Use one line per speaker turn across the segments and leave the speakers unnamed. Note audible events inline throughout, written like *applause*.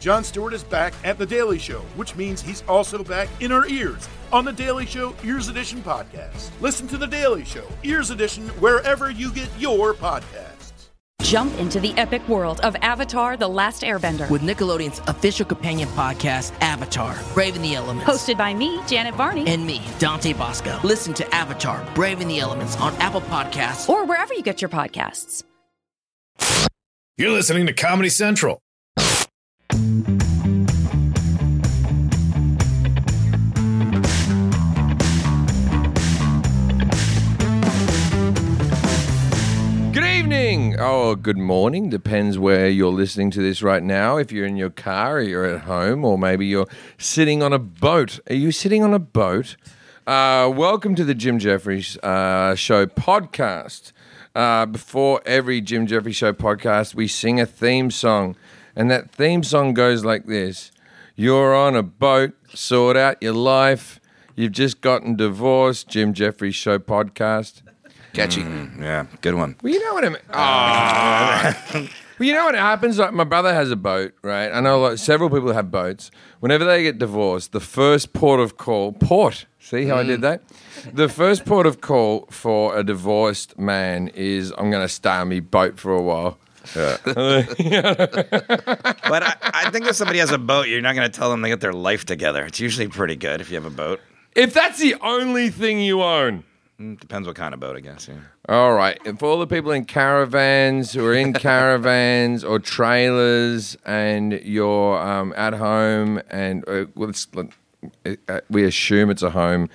Jon Stewart is back at The Daily Show, which means he's also back in our ears on The Daily Show Ears Edition podcast. Listen to The Daily Show Ears Edition wherever you get your podcasts.
Jump into the epic world of Avatar The Last Airbender.
with Nickelodeon's official companion podcast, Avatar: Braving the Elements.
Hosted by me, Janet Varney,
and me, Dante Bosco. Listen to Avatar: Braving the Elements on Apple Podcasts.
or wherever you get your podcasts.
You're listening to Comedy Central.
Good evening. Oh, good morning. Depends where you're listening to this right now. If you're in your car, or you're at home, or maybe you're sitting on a boat. Are you sitting on a boat? Uh, welcome to the Jim Jeffries uh, Show podcast. Uh, before every Jim Jeffries Show podcast, we sing a theme song, and that theme song goes like this: You're on a boat, sort out your life. You've just gotten divorced. Jim Jeffries Show podcast.
Catchy. yeah, good one.
Well, you know what I mean. Ah. well, you know what happens. Like my brother has a boat, right? I know like several people have boats. Whenever they get divorced, the first port of call, port. See how I did that? The first port of call for a divorced man is I'm going to stay on my boat for a while.
But I, I think if somebody has a boat, you're not going to tell them they got their life together. It's usually pretty good if you have a boat.
If that's the only thing you own.
Mm, Depends what kind of boat, I guess. Yeah.
All right. And for all the people in caravans who are
*laughs*
in caravans or trailers and you're um, at home and uh, well, it's, uh, we assume it's a home,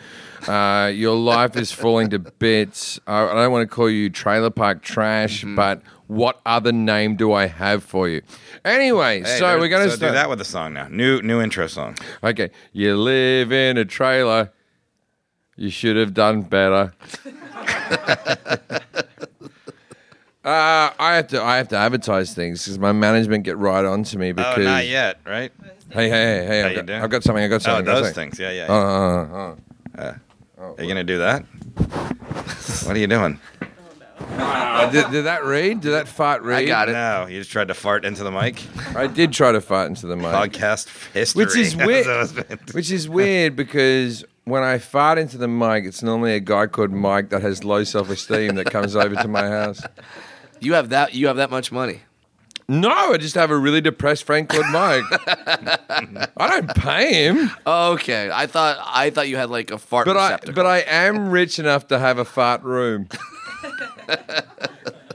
uh, your life is falling to bits. I, I don't want to call you trailer park trash,
Mm-hmm.
but what other name do I have for you? Anyway,
Hey,
so
there-
we're going to
so
start.
do that with a song now. New new intro song.
Okay. You live in a trailer. You should have done
*laughs*
better. uh, I have to I have to advertise things because my management get right on to me because
Oh, not yet, right?
hey hey hey, hey
How
I've,
you
got,
doing?
I've got something I got
Oh,
something I got
those
something.
things. Yeah, yeah.
Uh, uh,
yeah.
uh.
Are you going to do that? What are you doing?
Uh, did, did that read? Did that fart read?
I got it.
No, you just tried to fart into the mic.
I did try to fart into the mic.
Podcast history.
Which
*laughs*
is
That's
weird.
what I was meant to-
Which is weird because when I fart into the mic, it's normally a guy called Mike that has low self esteem that comes over to my house.
You have that. You have that much money.
No, I just have a really depressed friend called Mike. I don't pay him,
Okay, I thought I thought you had like a fart.
but I
receptacle.
but I am rich enough to have a fart
*laughs*
room,
All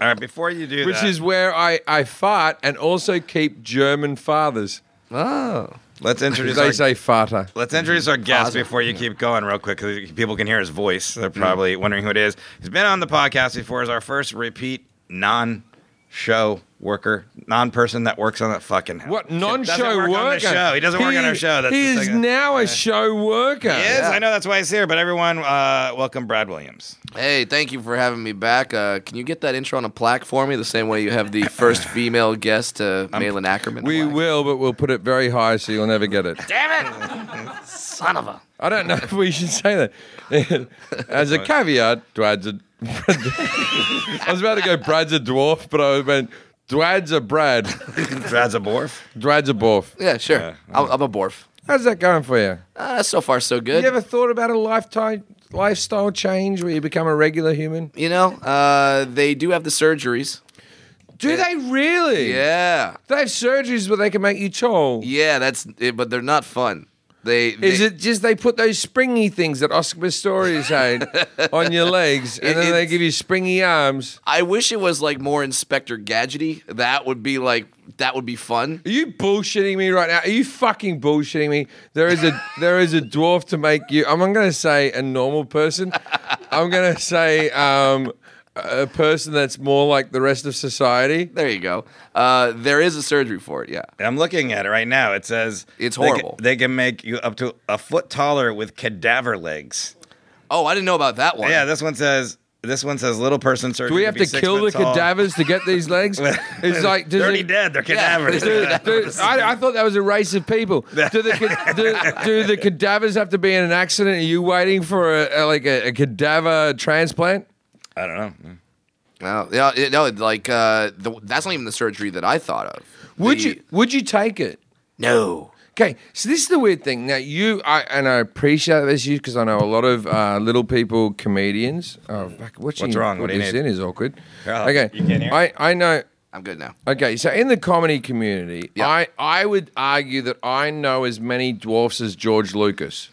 right, before you do
which
that,
is where I I fart and also keep German fathers.
oh,
let's introduce
They
our
say farter.
Let's introduce our guest
Awesome.
before you keep going, real quick, because people can hear his voice.
Mm.
They're probably wondering who it is. He's been on the podcast before. He's our first repeat non-show worker, non-person that works on that fucking house.
What
He
non-show
doesn't work on the
worker?
show. He doesn't work on our show. That's
he
the
is
thing.
now a show worker.
He is. I know that's why he's here. But everyone, uh, welcome Brad Williams.
hey, thank you for having me back. Uh, can you get that intro on a plaque for me? The same way
*laughs*
you have the first female guest to Malin Ackerman.
We
plaque?
will, but we'll put it very high so you'll never *laughs* get it.
son of a.
I don't know if we should say that. *laughs* As a caveat, Dwad's a. *laughs* I was about to go, Brad's a dwarf, but I went, Dwad's a Brad.
Brad's a borf.
Dwad's a borf.
Yeah, sure. I'm, I'm a borf.
How's that going for you?
Uh, so far, so good.
You ever thought about a lifetime lifestyle change where you become a regular human?
You know, uh, they do have the surgeries.
Do they really?
Yeah,
They have surgeries where they can make you tall.
yeah. That's it, but they're not fun. They, they
Is it just they put those springy things that Oscar Pistorius *laughs* had on your legs, and
It-
then they
it's-
give you springy arms?
I wish it was like more Inspector Gadgety. That would be like that would be fun.
Are you bullshitting me right now? Are you fucking bullshitting me? There is a there is a dwarf to make you. I'm not going to say a normal person. I'm going to say um, a person that's more like the rest of society.
There you go. Uh, there is a surgery for it. Yeah.
I'm looking at it right now. It says
It's
they ca-
horrible.
They can, make you up to a foot taller with cadaver legs.
Oh, I didn't know about that one.
Yeah, this one says. This one says little person surgery.
Do we have to
be six
kill the
foot tall.
cadavers to get these legs? It's like does
They're already
it-
dead. They're
Yeah. *laughs*
cadavers.
do- do- I, I thought that was a race of people. Do the, ca- do, do the cadavers have to be in an accident? Are you waiting for a, a- like a, a cadaver transplant?
*laughs* I don't know.
no, yeah, it- no, like uh, the, that's not even the surgery that I thought of.
Would
The-
you would you take it?
No.
Okay, so this is the weird thing. Now you, I, and I appreciate this you because I know a lot of uh, little people comedians. Oh, fuck, watching
What's wrong? What do you
this
need?
in is awkward.
Oh,
okay,
you can't hear?
I, I know.
I'm good now.
Okay, so in the comedy community,
Yeah.
I, I would argue that I know as many dwarfs as George Lucas.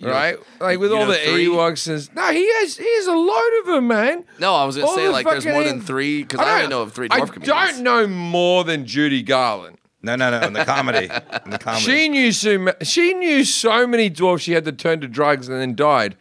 right? Like with
*laughs* you
all
know
the
three?
Ewoks and s- no, he has he has a load of them, man.
No, I was gonna
All
say
the
like there's more
fucking-
than three because I, only
don't-
know of three
I
dwarf comedians.
don't know more than Judy Garland.
No, no, no. In the comedy. In the comedy.
She knew so ma- she knew so many dwarfs she had to turn to drugs and then died.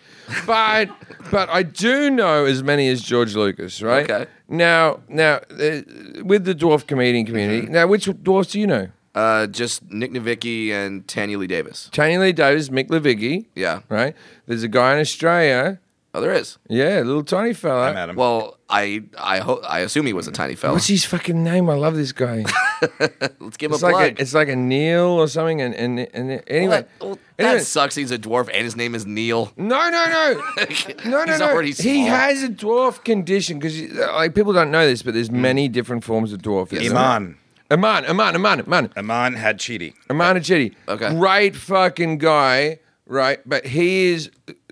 But *laughs* but I do know as many as George Lucas, right?
Okay.
Now now uh, with the dwarf comedian community.
Mm-hmm.
Now which dwarfs do you know?
Uh, just Nick Novicki and Tanya Lee Davis.
Tony Lee Davis, Mick Levicki.
Yeah.
Right? There's a guy in Australia.
Oh, there is.
Yeah, little tiny fella.
I'm at him.
Well, I I hope I assume he was a tiny fella.
What's his fucking name? I love this
*laughs*
guy.
Let's give him
It's
a plug.
like a, it's like a Neil or something. And and, and
Well,
anyway,
that, well, that
anyway.
sucks. He's a dwarf and his name is Neil.
No, no, no,
*laughs*
no, no,
He's
no.
already
He
small.
has a dwarf condition because, like, people don't know this, but there's
Hmm.
many different forms of dwarfism.
Iman.
Iman, Iman, Iman, Iman,
Iman had cheaty.
Iman Ajiti.
Okay.
great fucking guy, right? But he is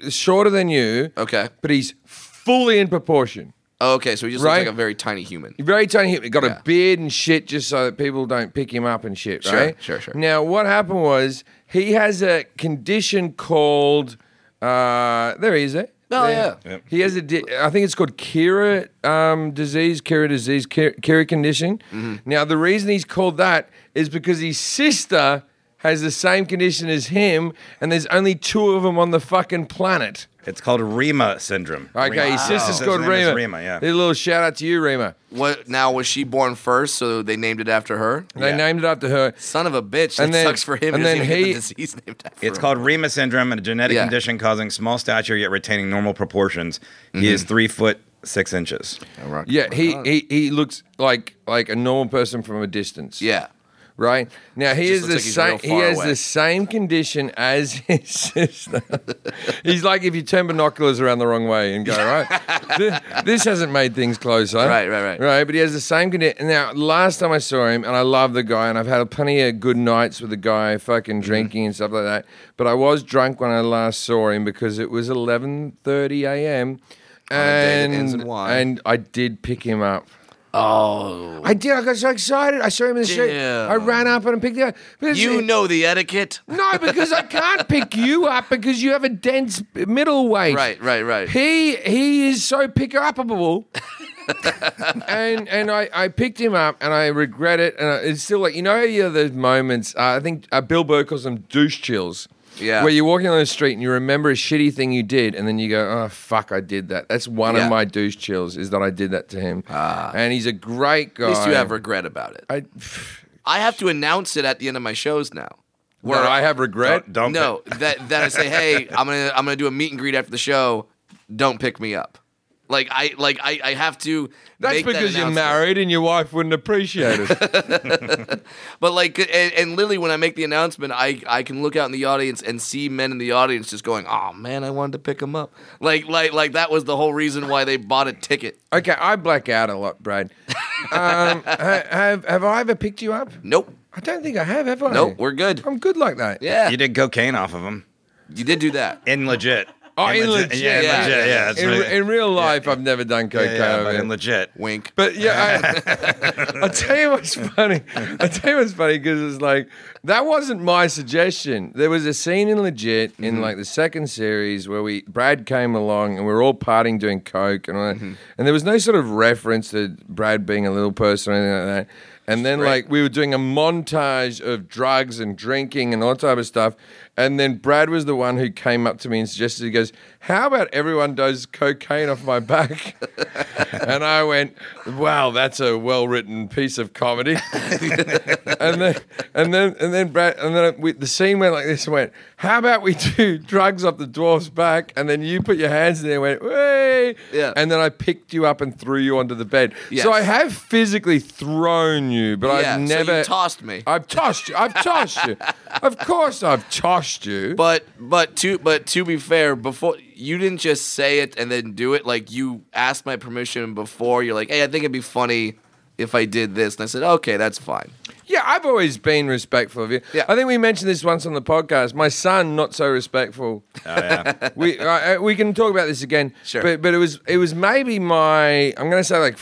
shorter than you.
Okay.
but he's fully in proportion.
Oh, okay, so he just
Right.
looks like a very tiny human.
Very tiny. He got
Yeah.
a beard and shit, just so that people don't pick him up and shit.
Sure,
Right?
sure, sure.
Now, what happened was he has a condition called. Uh, there he is. Eh?
Oh,
There.
yeah.
Yep.
He has a. Di- I think it's called Kira um, disease, Kira disease, Kira, Kira condition.
Mm-hmm.
Now, the reason he's called that is because his sister has the same condition as him, and there's only two of them on the fucking planet.
It's called Rima syndrome.
Okay, his sister's called
His name is
Rima.
Rima, yeah.
A little shout out to you, Rima.
What now was she born first, so they named it after her?
They
Yeah.
named it after her.
Son of a bitch.
And
that
then-
sucks for him.
and
And
then
then
he-
he, the disease named after
It's
him.
called Rima syndrome, a genetic
Yeah.
condition causing small stature yet retaining normal proportions.
Mm-hmm.
He is three foot six inches.
Yeah, he, he he looks like like a normal person from a distance.
Yeah.
Right? Now he
Just
is
looks
the
like
same
he's real
he
far
has
away.
the same condition as *laughs* his sister. He's like if you turn binoculars around the wrong way and go,
*laughs*
right. this, this hasn't made things closer.
Right, right, right.
Right, but he has the same condition. Now, last time I saw him and I love the guy and I've had plenty of good nights with the guy
Mm-hmm.
fucking drinking and stuff like that. But I was drunk when I last saw him because it was 11:30 a.m.
day that
And,
ends in Y.
and I did pick him up.
Oh.
I did. I got so excited. I saw him in the street.
Damn.
I ran up and picked him up. Because
You know the etiquette.
*laughs* No, because I can't pick you up because you have a dense middleweight.
Right, right, right.
He he is so pick
*laughs*
upable. and and I, I picked him up and I regret it and I, it's still like you know you have those moments uh, I think uh, Bill Burr calls them douche chills
Yeah.
where you're walking on the street and you remember a shitty thing you did and then you go oh fuck I did that that's one
Yeah.
of my douche chills is that I did that to him ah. and he's a great guy
At least you have regret about it.
I,
I have to announce it at the end of my shows now.
where I have regret
Don't, don't
no, that that I say, hey, I'm gonna I'm gonna do a meet and greet after the show. Don't pick me up. Like I like I, I have to.
That's
make that
because you're
announcement.
married and your wife wouldn't appreciate it.
But like, and, and literally, when I make the announcement, I I can look out in the audience and see men in the audience just going, "Oh man, I wanted to pick him up." Like like like that was the whole reason why they bought a ticket.
okay, I black out a lot, Brad. Um, ha- have have I ever picked you up?
Nope,
I don't think I have. Have I?
nope, we're good.
I'm good like that.
Yeah,
You did cocaine off of him.
you did do that.
In legit.
Oh, in legit.
Yeah, in
yeah,
legit.
yeah.
Yeah, that's
in,
right.
in real life, I've never done
Yeah,
cocaine.
yeah, but
but,
in legit.
Wink.
yeah, I, I'll tell you what's funny. I'll tell you what's funny because it's like that wasn't my suggestion. There was a scene in Legit in like the second series where we Brad came along and we were all partying doing coke and all that, and there was no sort of reference to Brad being a little person or anything like that. And then like we were doing a montage of drugs and drinking and all that type of stuff. And then Brad was the one who came up to me and suggested, he goes, How about everyone does cocaine off my back? *laughs* and I went, Wow, that's a well written piece of comedy. *laughs* and then and then and then Brad and then we, the scene went like this and went, How about we do drugs off the dwarf's back? And then you put your hands in there and went, Way
Yeah.
and then I picked you up and threw you onto the bed.
Yes.
So I have physically thrown you, but
Yeah, so
I've
you
never
tossed me.
I've tossed you. I've tossed
*laughs*
you. Of course, I've tossed you.
But but to but to be fair, before you didn't just say it and then do it. Like you asked my permission before. You're like, hey, I think it'd be funny if I did this, and I said, okay, that's fine.
yeah, I've always been respectful of you.
Yeah.
I think we mentioned this once on the podcast. My son, not so respectful.
yeah.
*laughs* we I, I- we can talk about this again.
Oh, Sure.
But but it was it was maybe my I'm gonna say like.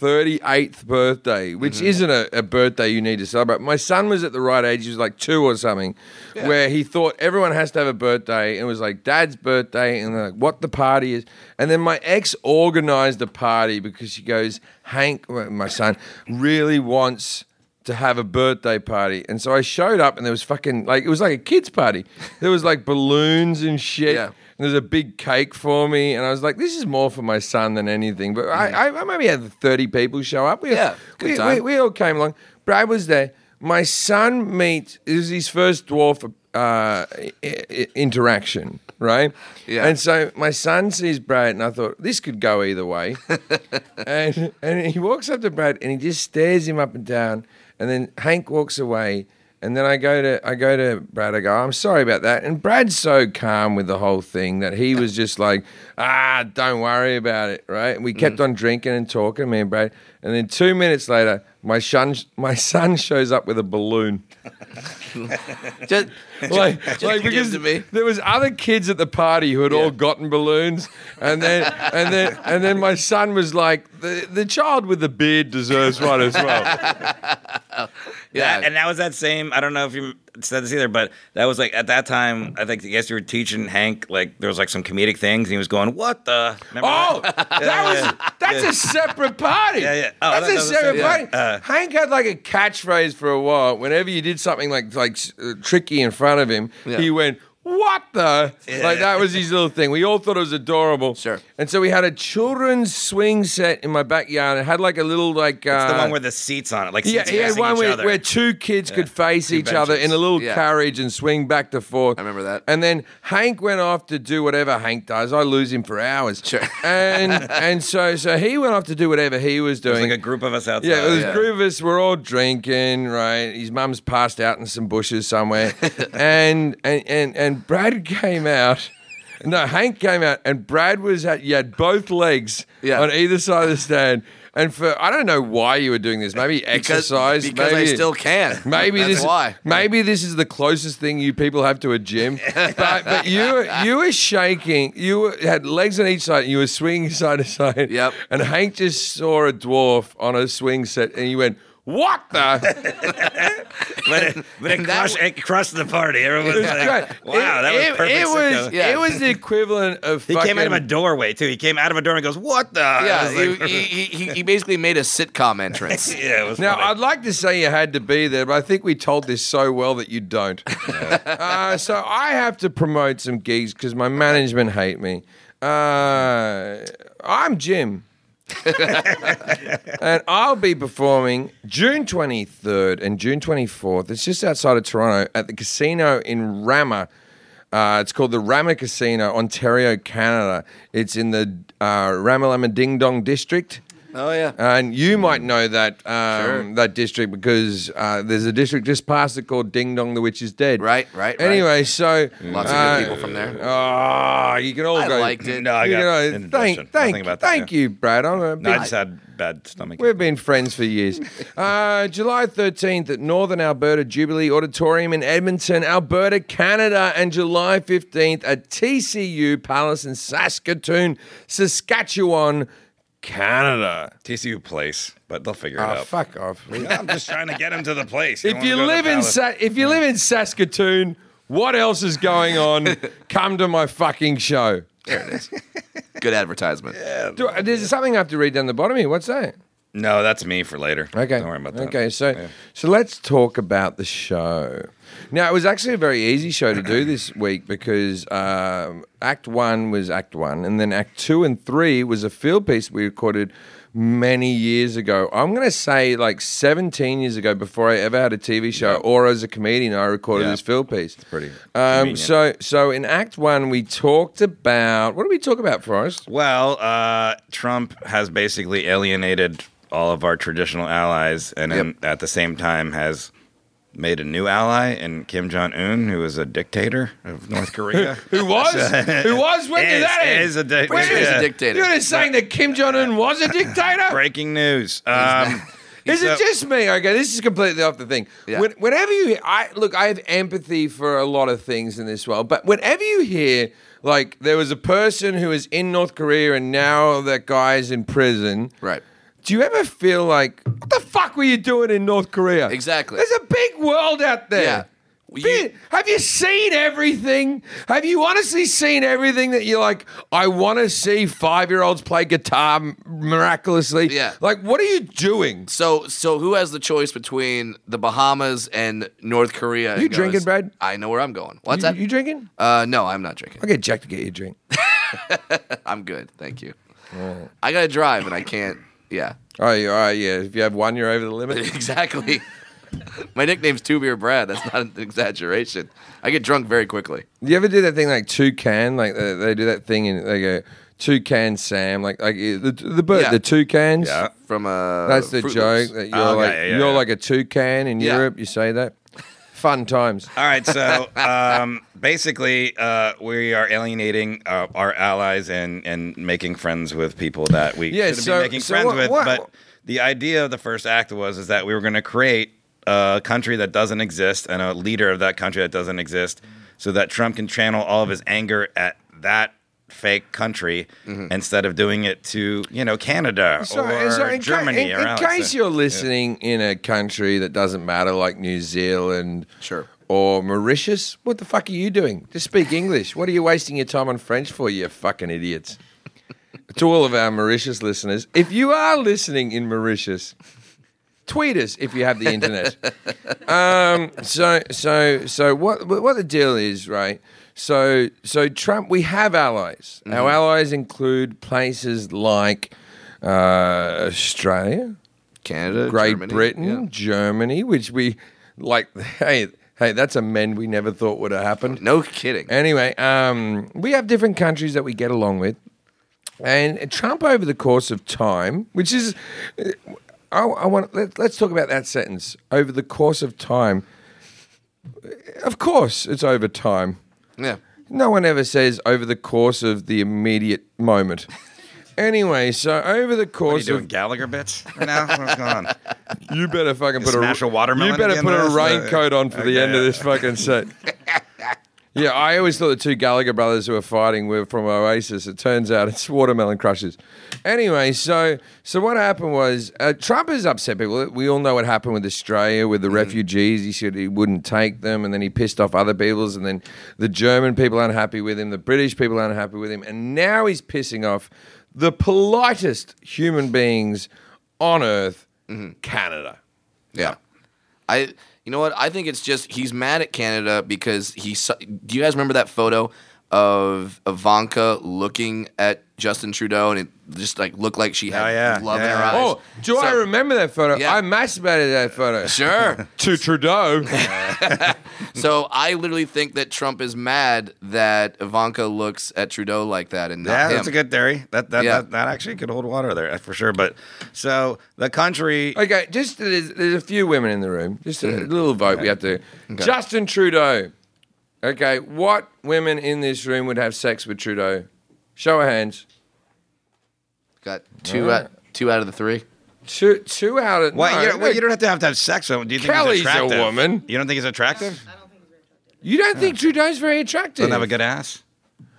38th birthday, which isn't a, a birthday you need to celebrate. My son was at the right age, he was like two or something, where he thought everyone has to have a birthday. And it was like dad's birthday, and they're like, what the party is. And then my ex organized a party because she goes, Hank, my son, really wants to have a birthday party. And so I showed up and there was fucking like it was like a kids party. There was like balloons and shit.
Yeah.
And there's a big cake for me. And I was like, this is more for my son than anything. But I, I, I maybe had 30 people show up. We,
Mm. Yeah, good
we,
time.
we, we all came along. Brad was there. My son meets it was his first dwarf uh, i- i- interaction, right?
Yeah.
And so my son sees Brad, and I thought this could go either
*laughs*
way. and and he walks up to Brad, and he just stares him up and down. And then Hank walks away, and then I go to I go to Brad. I go, I'm sorry about that. And Brad's so calm with the whole thing that he was just like, ah, don't worry about it, right? And we kept on drinking and talking, me and Brad. And then two minutes later, my son my son shows up with a balloon
*laughs*
Just,
like, like
give
because
to me.
there was other kids at the party who had all gotten balloons, and then and then and then my son was like, the the child with the beard deserves one
*laughs*
as well.
yeah.
That- and that was that same. I don't know if you said this either, but that was like at that time. I think I guess you were teaching Hank like there was like some comedic things, and he was going, "What the?" Remember
oh, that
yeah.
was that's a separate party.
Yeah, yeah. Oh, I
that's
thought that
a
was
separate
the-
party.
yeah. uh.
Hank had like a catchphrase for a while. Whenever you did something like like uh, tricky in front of him,
Yeah.
he went. What the? Like that was his little thing. We all thought it was adorable.
Sure.
And so we had a children's swing set in my backyard. It had like a little like uh,
*laughs* It's the one where the seats on it, like
Yeah,
seats
he had
facing
one
each
where,
other.
where two kids could face each other in
benches.
a little
Yeah.
carriage and swing back to forth.
I remember that.
And then Hank went off to do whatever Hank does. I lose him for hours.
Sure.
And and so so he went off to do whatever he was
It was
doing.
like a group of us outside.
Yeah, it was
yeah.
group of us. We're all drinking, right? His mum's passed out in some bushes
*laughs*
somewhere, and and and and Brad came out. No, Hank came out, and Brad was at. You had both legs
Yeah.
on either side of the stand, and for I don't know why you were doing this. Maybe
*laughs* because,
exercise.
because
maybe,
I still can.
Maybe
That's
this
why.
Maybe this is the closest thing you people have to a
*laughs*
gym. but but you were- you were shaking. You were, had legs on each side. And you were swinging *laughs* side to side.
Yep.
And Hank just saw a dwarf on a swing set, and he went. What
*laughs*
the?
but
*laughs*
it, but it,
And that
crushed, it crushed the party. Everyone was like, "Wow, that was
it,
perfect."
It was,
sitcom.
Yeah.
it was the equivalent of
He
fucking,
came out of a doorway too. He came out of a door and goes, "What the?" I
Yeah,
was like-
he, he, he, he basically made a sitcom
*laughs*
entrance.
yeah. It was
Now,
funny.
I'd like to say you had to be there, but I think we told this so well that you
*laughs*
don't. uh, so I have to promote some gigs because my management hate me. Uh, I'm
*laughs*
Jim. and I'll be performing June 23rd and June 24th. It's just outside of Toronto at the casino in Rama. Uh, it's called the Rama Casino, Ontario, Canada. It's in the uh, Ramalama Ding Dong district.
Oh yeah.
And you might know that um,
Sure.
that district because uh, there's a district just past it called Ding Dong, the Witch is Dead.
Right, right, right.
Anyway, so
Lots of good
uh,
people from there.
Oh, you can all
I
go.
liked it.
no, I
you
got
know,
indigestion.
thank,
Nothing
thank,
about that,
thank
yeah.
you, Brad. I'm a
No, uh, I
big
just had bad stomach.
We've been friends for
*laughs*
years. Uh, July 13th at Northern Alberta Jubilee Auditorium in Edmonton, Alberta, Canada, and July 15th at TCU Palace in Saskatoon, Saskatchewan, Canada.
TCU place, but they'll figure it
Oh,
out.
fuck off.
*laughs* I'm just trying to get him to the place.
if you live in Sa- if you live in Saskatoon, what else is going on? Come to my fucking show.
Good advertisement.
Do, there's something I have to read down the bottom here. What's that?
no, that's me for later.
Okay.
don't worry about that.
Okay, so so let's talk about the show. Now it was actually a very easy show to
*clears throat*
do this week because um, Act One was Act One, and then Act Two and Three was a field piece we recorded many years ago. I'm going to say like 17 years ago before I ever had a TV show or as a comedian. I recorded
Yeah.
this field piece. It's
pretty
Um,
convenient.
so so in Act One we talked about what did we talk about, Forrest?
Well, uh, Trump has basically alienated all of our traditional allies, and then at the same time has made a new ally in Kim Jong Un, who is a dictator of North Korea.
*laughs* Who was? Who was?
*laughs*
When did
Is-
that end?
is a dic-
When
is
did-
a
*laughs*
dictator.
You're just saying that Kim Jong Un was a dictator. *laughs*
Breaking news. Um,
Is
So-
it just me? Okay, this is completely off the thing.
Yeah.
When, whenever you, I look, I have empathy for a lot of things in this world, but whenever you hear like there was a person who is in North Korea and now that guy's in prison,
Right.
Do you ever feel like what the fuck were you doing in North Korea?
Exactly.
There's a big world out there.
Yeah.
Be-
You-
have you seen everything? Have you honestly seen everything that you're like, I want to see five year olds play guitar m- miraculously?
Yeah.
Like, what are you doing?
So, so who has the choice between the Bahamas and North Korea? and
You drinking, Brad?
I know where I'm going. What's
you,
that?
you drinking?
Uh, no, I'm not drinking.
I'll get Jack to get you a drink. *laughs*
I'm good. Thank you. I gotta drive, and I can't. Yeah, *laughs*
all right, all right, yeah. If you have one, you're over the limit.
exactly. My nickname's Two Beer Brad. That's not an exaggeration. I get drunk very quickly.
you ever do that thing like two can? Like they, they do that thing and they go two can Sam. Like like uh, the the bird,
Yeah.
the two cans.
Yeah.
From uh,
That's the
Froot
joke
Loops.
that you're
Oh, okay,
like
yeah, yeah,
you're
yeah.
like a toucan in
Yeah.
Europe. You say that. Fun
*laughs*
times.
All right, so um, basically, uh, we are alienating uh, our allies and, and making friends with people that we
Yeah,
shouldn't
so-
be making
so
friends
what-
with.
what-
But the idea of the first act was is that we were going to create a country that doesn't exist and a leader of that country that doesn't exist, so that Trump can channel all of his anger at that fake country
Mm-hmm.
instead of doing it to you know Canada or
in, ca-
Germany.
in-
or uh,
in
Alex.
case you're listening in a country that doesn't matter, like New Zealand,
Sure.
or Mauritius, what the fuck are you doing? Just speak English. What are you wasting your time on French for? You fucking idiots. to all of our Mauritius listeners, if you are listening in Mauritius, tweet us if you have the internet. um, so so so what what the deal is, right? So so Trump, we have allies. Our allies include places like uh, Australia,
Canada,
Great
Germany,
Britain,
yeah.
Germany, which we like. Hey hey, that's a men we never thought would have happened.
No kidding.
Anyway, um, we have different countries that we get along with. And Trump, over the course of time, which is, uh, I, I want let, let's talk about that sentence. Over the course of time, of course, it's over time.
yeah.
No one ever says over the course of the immediate moment. Anyway, so over the
what are you
course
doing
of
Gallagher bits right now? What's
*laughs*
going on?
you better fucking put
Smash
a,
a watermelon
You better
again,
put a
Russ?
raincoat on for the
Okay,
end of
yeah.
this fucking set.
*laughs*
yeah, I always thought the two Gallagher brothers who were fighting were from Oasis. It turns out it's Watermelon Crushers. Anyway, so so what happened was uh, Trump has upset people. We all know what happened with Australia with the
Mm.
refugees. He said he wouldn't take them, and then he pissed off other peoples, and then the German people unhappy with him, the British people unhappy with him, and now he's pissing off the politest human beings on earth, Canada.
Yeah. I you know what? I think it's just he's mad at Canada because he su- do you guys remember that photo of Ivanka looking at Justin Trudeau and it just like looked like she had
Oh, yeah.
love in her
Yeah.
eyes.
Oh, do I
So-
remember that photo?
Yeah.
I masturbated that photo. *laughs*
*laughs*
Sure.
To Trudeau.
*laughs* so I literally think that Trump is mad that Ivanka looks at Trudeau like that and not
Yeah,
him.
that's a good theory. That that,
Yeah.
that that actually could hold water there uh, for sure. But so the country,
*laughs* okay, just there's, there's a few women in the room. Just a
Mm-hmm.
little vote we have to. Justin Trudeau. Okay, what women in this room would have sex with Trudeau? Show of hands.
Got two out, two out of the three.
Two, two out of.
well,
no,
you, well,
no.
you don't have to have to have sex with him. Do you think
Kelly's
he's
a
attractive?
woman.
You don't think he's attractive?
You don't think Trudeau's very attractive?
Doesn't have a good ass.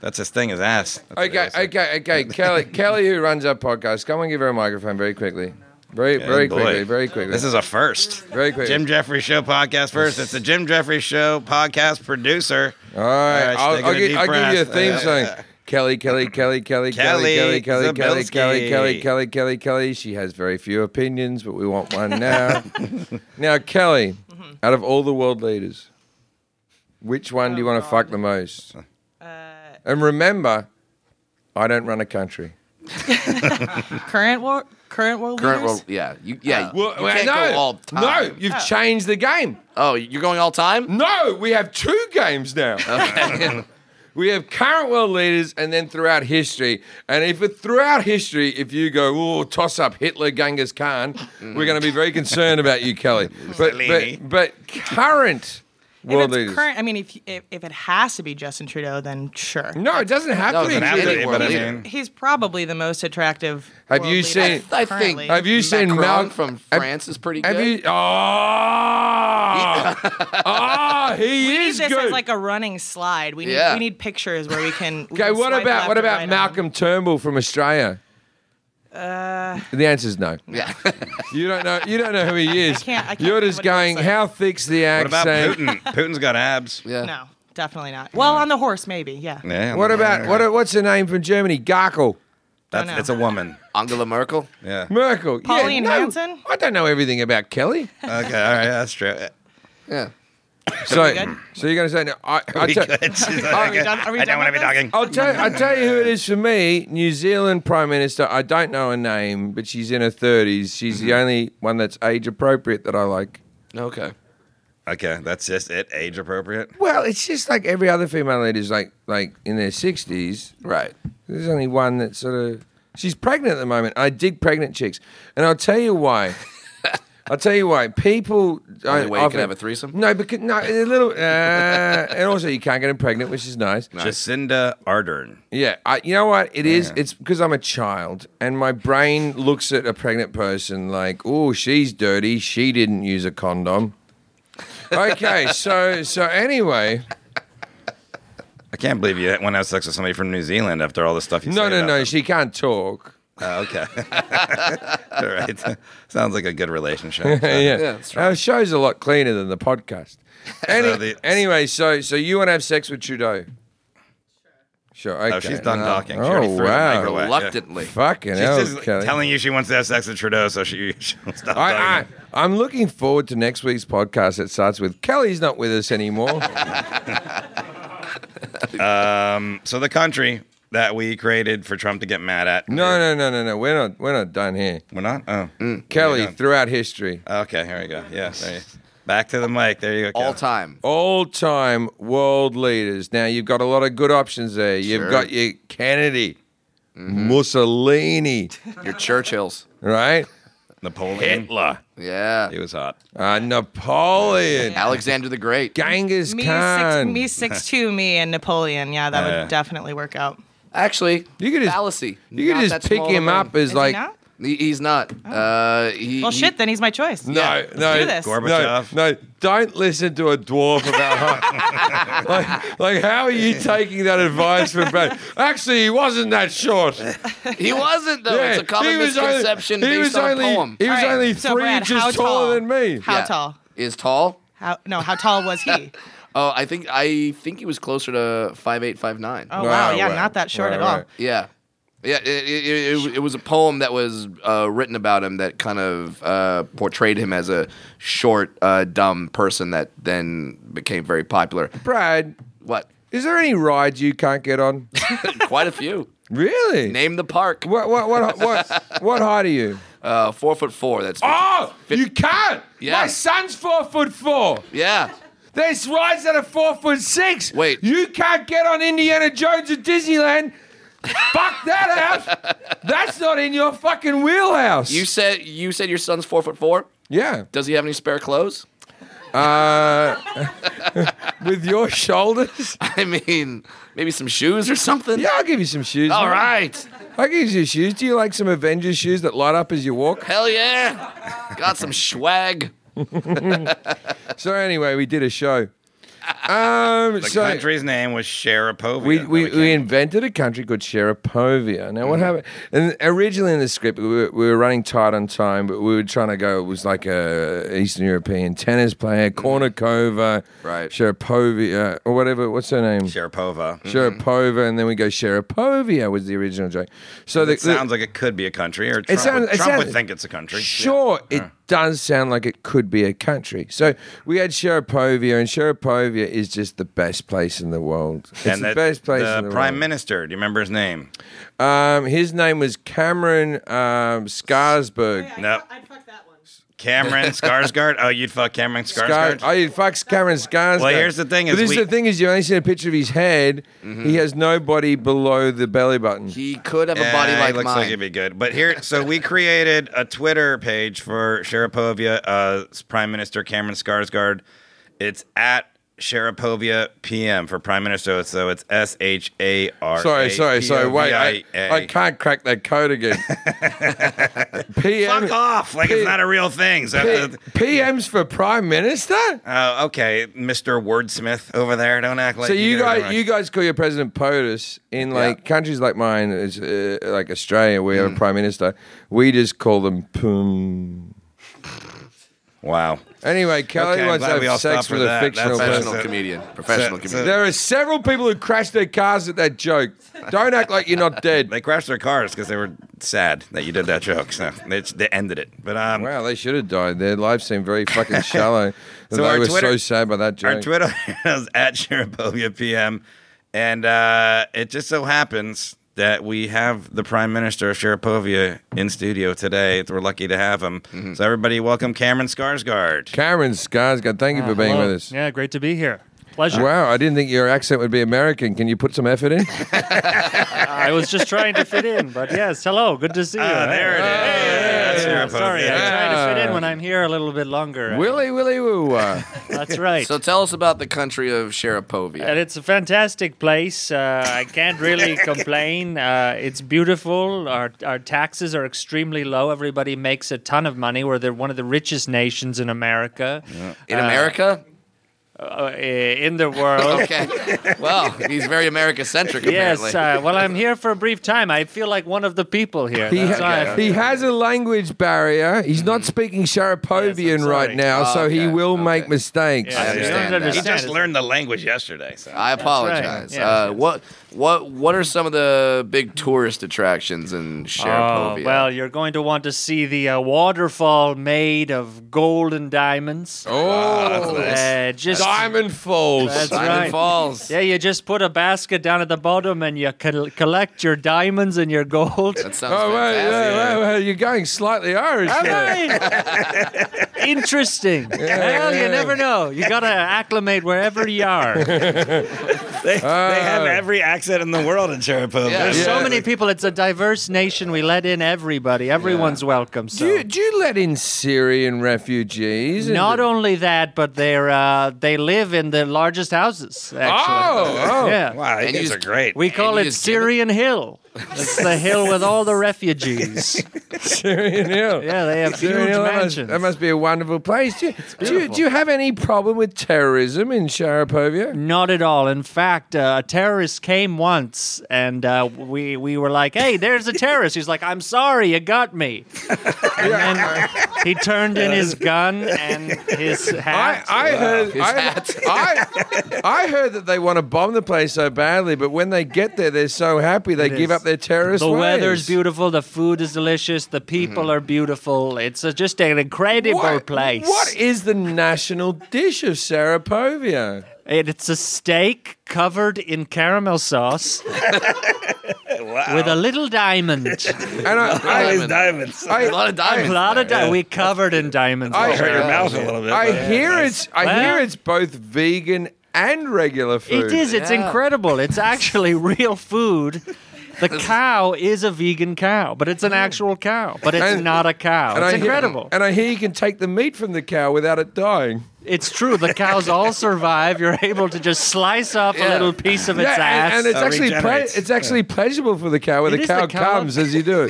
That's his thing, his ass. That's what
Okay,
they say.
okay,
*laughs*
okay. Kelly, Kelly, who runs our podcast, come and give her a microphone very quickly. Very,
Good
very
boy.
quickly, very quickly.
This is a first.
very quickly.
Jim Jeffrey Show podcast first. It's the Jim Jeffrey Show podcast producer.
All right,
right,
I'll,
take
I'll,
a
gi-
deep
I'll give you a
breath.
theme song. Kelly, Kelly, Kelly, Kelly, Kelly, Kelly, Kelly,
Kelly
Kelly, Kelly,
Zabilski.
Kelly, Kelly, Kelly, Kelly. She has very few opinions, but we want one
*laughs*
now. now, Kelly,
Mm-hmm.
out of all the world leaders, which one do you want to fuck the most? And remember, I don't run a country.
Current world, current world
Current
leaders.
world, yeah, you, yeah.
Uh, Well,
you can't
no,
go all
no,
time.
you've changed the game.
Oh, you're going all time?
No, we have two games now. we have current world leaders and then throughout history. And if it, throughout history, if you go, oh, toss up Hitler, Genghis Khan, we're going to be very concerned about you, Kelly. But,
Mussolini.
but, but current World
if it's
leaders.
current, I mean, if, if if it has to be Justin Trudeau, then sure.
No, it doesn't have
No,
to
it
be.
doesn't
have to be,
Judy.
but I
He's-
mean-
he's probably the most attractive.
Have
world
you
leader
seen-
I think-
currently.
have you seen
Macron
Mal
from
have-
France is pretty
Have
good.
you? Oh, oh he
We need
is
this
good.
as like a running slide. We need
Yeah.
we need pictures where we can. we
okay,
can
what
swipe
about
left
what
and
about
right on.
Malcolm Turnbull from Australia? Uh, the answer's no.
yeah. *laughs*
You don't know. You don't know who he is.
can't- *laughs* I can't
You're
think
just
of what he
going.
looks like.
How thick's the
What
accent?
about Putin? Putin's got abs.
yeah.
No, definitely not. Well, on the horse, maybe. Yeah.
Yeah,
What
yeah,
about
yeah.
what? What's her name from Germany? Garkel.
Oh,
That's,
no.
it's a woman.
Angela Merkel.
*laughs*
Yeah. okay.
Merkel.
Pauline
yeah, no,
Hanson?
I don't know everything about
*laughs*
Kelly.
All right. That's true. *laughs*
Yeah.
So,
good?
so you're going to say no? I, I
We
tell-
good. She's like,
we done- are we
I don't
done
want to be talking.
with
I'll tell, I'll tell you who it is for me. New Zealand Prime Minister. I don't know her name, but she's in her 30s. She's the
Mm-hmm.
only one that's age appropriate that I like.
Okay.
Oh.
Okay, that's just it. Age appropriate.
Well, it's just like every other female leader's like like in their 60s.
Right.
There's only one that sort of. She's pregnant at the moment. I dig pregnant chicks, and I'll tell you
*laughs*
why. I'll tell you why. People
Only
don't
way you can
often-
have a threesome?
No, because no, a little, uh, and also you can't get them pregnant, which is nice.
Jacinda Ardern.
Yeah, I, you know what it is? It's because I'm a child, and my brain looks at a pregnant person like, "Oh, she's dirty. She didn't use a
*laughs*
condom." Okay, so so anyway,
I can't believe you want to have sex with somebody from New Zealand after all the stuff you
no,
say
no,
about
no,
them.
she can't talk.
Oh, okay. all right. *laughs* Sounds like a good
*laughs*
relationship.
yeah,
that's
Our show's a lot cleaner than the podcast.
*laughs*
Any,
So the-
anyway, so so you want to have sex with Trudeau? Sure. Okay.
Oh, she's done talking. She already
oh
threw the mic
wow!
away.
Reluctantly.
Fucking
She's
hell,
just
Kelly.
telling you she wants to have sex with Trudeau, so she *laughs* she'll stop.
I, I,
talking.
I'm looking forward to next week's podcast that starts with Kelly's not with us
*laughs*
anymore.
so the country that we created for Trump to get mad at.
No, no, no, no, no. We're not. We're not done here.
we're not. Oh,
Kelly, throughout history,
okay. Here we go. Yeah. There you, back to the mic. There you go.
All
Kelly.
time.
all-time world leaders. Now you've got a lot of good options there. You've
Sure. Mm-hmm.
got your Kennedy,
*laughs*
Mussolini,
Your Churchills.
right?
Napoleon. Hitler.
Yeah.
He was hot.
Uh, Napoleon,
Alexander the Great.
Genghis
Me six,
Khan.
*laughs*
me six two, me and Napoleon. Yeah, that
Yeah.
would definitely work out.
Actually,
You could just-
fallacy.
you
Not
could
that
just pick
small
him
of a-
up as Oh.
Is
like.
he not?
He- he's not. Uh, he,
Well,
he-
shit. Then he's my choice.
No,
Yeah.
no,
do this.
Gorbachev.
no, no! Don't listen to a dwarf about
*laughs*
like, like how are you taking that advice from Brad? Actually, he wasn't that short.
He wasn't though. it's a common misconception
Only, he
based
was
on
only,
a poem.
He was
All right,
only
so
three
Brad,
inches
how
taller than
tall?
me.
How tall?
Is tall?
How no? How tall
*laughs*
was he?
Oh, I think I think he was closer to five eight five nine.
Oh
Wow,
wow, yeah,
wow.
not that short
Right,
at all.
right.
Yeah. Yeah, it, it, it, it- it was a poem that was uh, written about him that kind of uh, portrayed him as a short, uh, dumb person that then became very popular.
Brad,
What?
is there any rides you can't get on?
Quite a
*laughs*
few.
*laughs* really?
Name the park.
What what what what what height are you?
Uh, four foot four. That's
*laughs* Oh, you can't.
Yeah.
My son's four foot four.
yeah.
There's rides that are four foot six.
Wait.
you can't get on Indiana Jones at *laughs* Disneyland. Fuck that out. That's not in your fucking wheelhouse.
You said you said your son's four foot four.
*laughs* yeah.
Does he have any spare clothes? *laughs*
Uh, *laughs* With your shoulders.
I mean, maybe some shoes or something.
Yeah, I'll give you some shoes.
All
mate.
right.
I can use your shoes. Do you like some Avengers shoes that light up as you walk?
Hell yeah. Got some swag.
So anyway, we did a show. Um,
The
so
country's name was Sharapovia.
we,
No,
we,
can't.
we invented a country called Sharapovia. Now, what happened? And originally in the script, we were, we were running tight on time, but we were trying to go. It was like a Eastern European tennis player, Kornikova,
Right.
Sharapovia, or whatever. What's her name?
Sharapova.
Sharapova, and then we go Sharapovia was the original joke. So the,
It sounds like it could be a country, or Trump,
sounds-
would,
it
Trump would
sounds-
think it's a country.
Sure, it does sound like it could be a country. So we had Sharapovia, and Sharapovia is just the best place in the world. It's
And
the
that-
best place
the
in the
prime
world.
minister. Do you remember his name?
Um, his name was Cameron um, Skarsberg.
No,
I'd fuck that one.
*laughs*
Cameron Skarsgård. Oh, you'd fuck Cameron
Skar-
Skarsgård.
oh, you fucks Cameron Skarsgård.
Well, here's the thing is
but this
we- Mm-hmm.
is the thing is you only see a picture of his head. He has no body below the belly button.
He could have a
Yeah,
body
he
like
looks
mine.
like it'd be good. But here, so we created a Twitter page for Sharapovia, uh, Prime Minister Cameron Skarsgård. It's at Sharapovia PM for Prime Minister. So it's S H A R.
Sorry, sorry, sorry. Wait, I, I can't crack that code
*laughs*
again. PM,
Fuck off! Like
P-
it's not a real thing. So uh,
P- PM's for Prime Minister?
Oh, okay, Mister Wordsmith over there. Don't act like
So you
guys,
guys, you guys call your president POTUS in like countries like mine, is, uh, like Australia, we
Mm.
have a prime minister. We just call them PUM.
wow.
Anyway, Kelly
Okay, I'm
wants
glad
to
we all
have sex
stopped
with
for
a
that.
fictional
That's-
person.
Professional
So-
comedian.
so-
Professional comedian.
There are several people who crashed their cars at that joke. Don't act like you're
*laughs*
not dead.
They crashed their cars because they were sad that you did that joke. So they, they ended it. But um,
Wow, they should have died. Their life seemed very fucking shallow.
*laughs*
they
So our
were so
Twitter-
sad by that joke.
our Twitter *laughs* is at Sharapovia PM, and uh, it just so happens that we have the Prime Minister of Sharapovia in studio today. We're lucky to have him. So everybody, welcome Cameron Skarsgård.
Cameron Skarsgård, thank you for being
Uh, Hello.
with us.
Yeah, great to be here. Pleasure.
Wow, I didn't think your accent would be American. Can you put some effort
*laughs*
in?
I was just trying to fit in, but yes, hello, good to see you.
Ah, there it is. That's
Yeah,
Sharapovia.
sorry, I try to fit in when I'm here a little bit longer.
Willy, willy, woo. uh.
That's right.
So tell us about the country of Sharapovia.
and it's a fantastic place. Uh, I can't
*laughs*
really complain. Uh, it's beautiful. Our, our taxes are extremely low. Everybody makes a ton of money. We're the, one of the richest nations in America,
In America?
uh, in
*laughs*
the world.
Okay. well, he's very America centric, apparently.
Yes, uh, well, I'm here for a brief time. I feel like one of the people here.
He,
That's Mm. why I
ha- he has a language barrier. He's not speaking Sharapovian
Yes, I'm
right
sorry. Oh,
now, so he
okay,
will
okay.
make mistakes.
Yeah, you don't
understand that.
He just
It's-
learned the language yesterday. So.
I
right,
apologize.
yeah.
Uh, what what what are some of the big tourist attractions in
Oh,
Sharapovia?
well, you're going to want to see the uh, waterfall made of gold and diamonds.
Oh,
Uh, just
Diamond Falls.
That's
Diamond
right.
Falls.
Yeah, you just put a basket down at the bottom and you col- collect your diamonds and your gold.
That sounds
Oh, wait, wait,
fantastic.
wait, wait, you're going slightly Irish.
All
there.
right. *laughs* Interesting. well,
yeah.
you never know. You gotta acclimate wherever you
*laughs*
are.
They, they have every accent in the world in Sharapovia.
Yeah.
There's so
Yeah.
many people. It's a diverse nation. We let in everybody. Everyone's welcome. So.
Do you, do you let in Syrian refugees? and-
Not only that, but they're uh, they live in the largest houses. Actually.
Oh, oh. *laughs*
yeah.
Wow,
And
these
you-
are great.
We call
you
it
just give it-
Syrian Hill. It's the hill with all the
*laughs*
refugees.
Syrian Hill.
Yeah, they have huge
Syrian Hill, that must,
mansions.
that must be a wonderful place. Do you, do, you, do you have any problem with terrorism in Sharapovia?
Not at all. In fact, uh, a terrorist came once, and uh, we we were like, "Hey, there's a terrorist." He's like, "I'm sorry, you got me." And then he turned in his gun and his
I,
hat.
I heard
His
I,
hat.
I, I heard that they want to bomb the place so badly, but when they get there, they're so happy they
is.
give up their terrorist.
the
ways.
weather's beautiful. The food is delicious. The people
Mm-hmm.
are beautiful. It's a, just an incredible
What-
place.
What is the national dish of Sarapovia?
And it's a steak covered in caramel sauce with a little diamond.
And I,
*laughs* Diamond.
diamonds.
I,
a lot
I,
*laughs*
of
a
diamonds.
*laughs* lot of di- we covered in diamonds.
I
over
heard
there.
your
mouth a little bit.
I
but-
hear it's I
Well-
hear it's both vegan and regular food.
It is. It's
Yeah.
incredible.
*laughs*
It's actually real food. The cow is a vegan cow, but it's an actual cow. But it's
And-
not a cow.
And
It's
I hear-
incredible.
and I hear you can take the meat from the cow without it dying.
It's true. The cows all survive. You're able to just slice off a
Yeah.
little piece of its ass.
and, and it's
Uh,
actually ple-
regenerates.
it's actually pleasurable for the cow where
It
the
is the
cow,
cow.
comes as you
*laughs*
do it.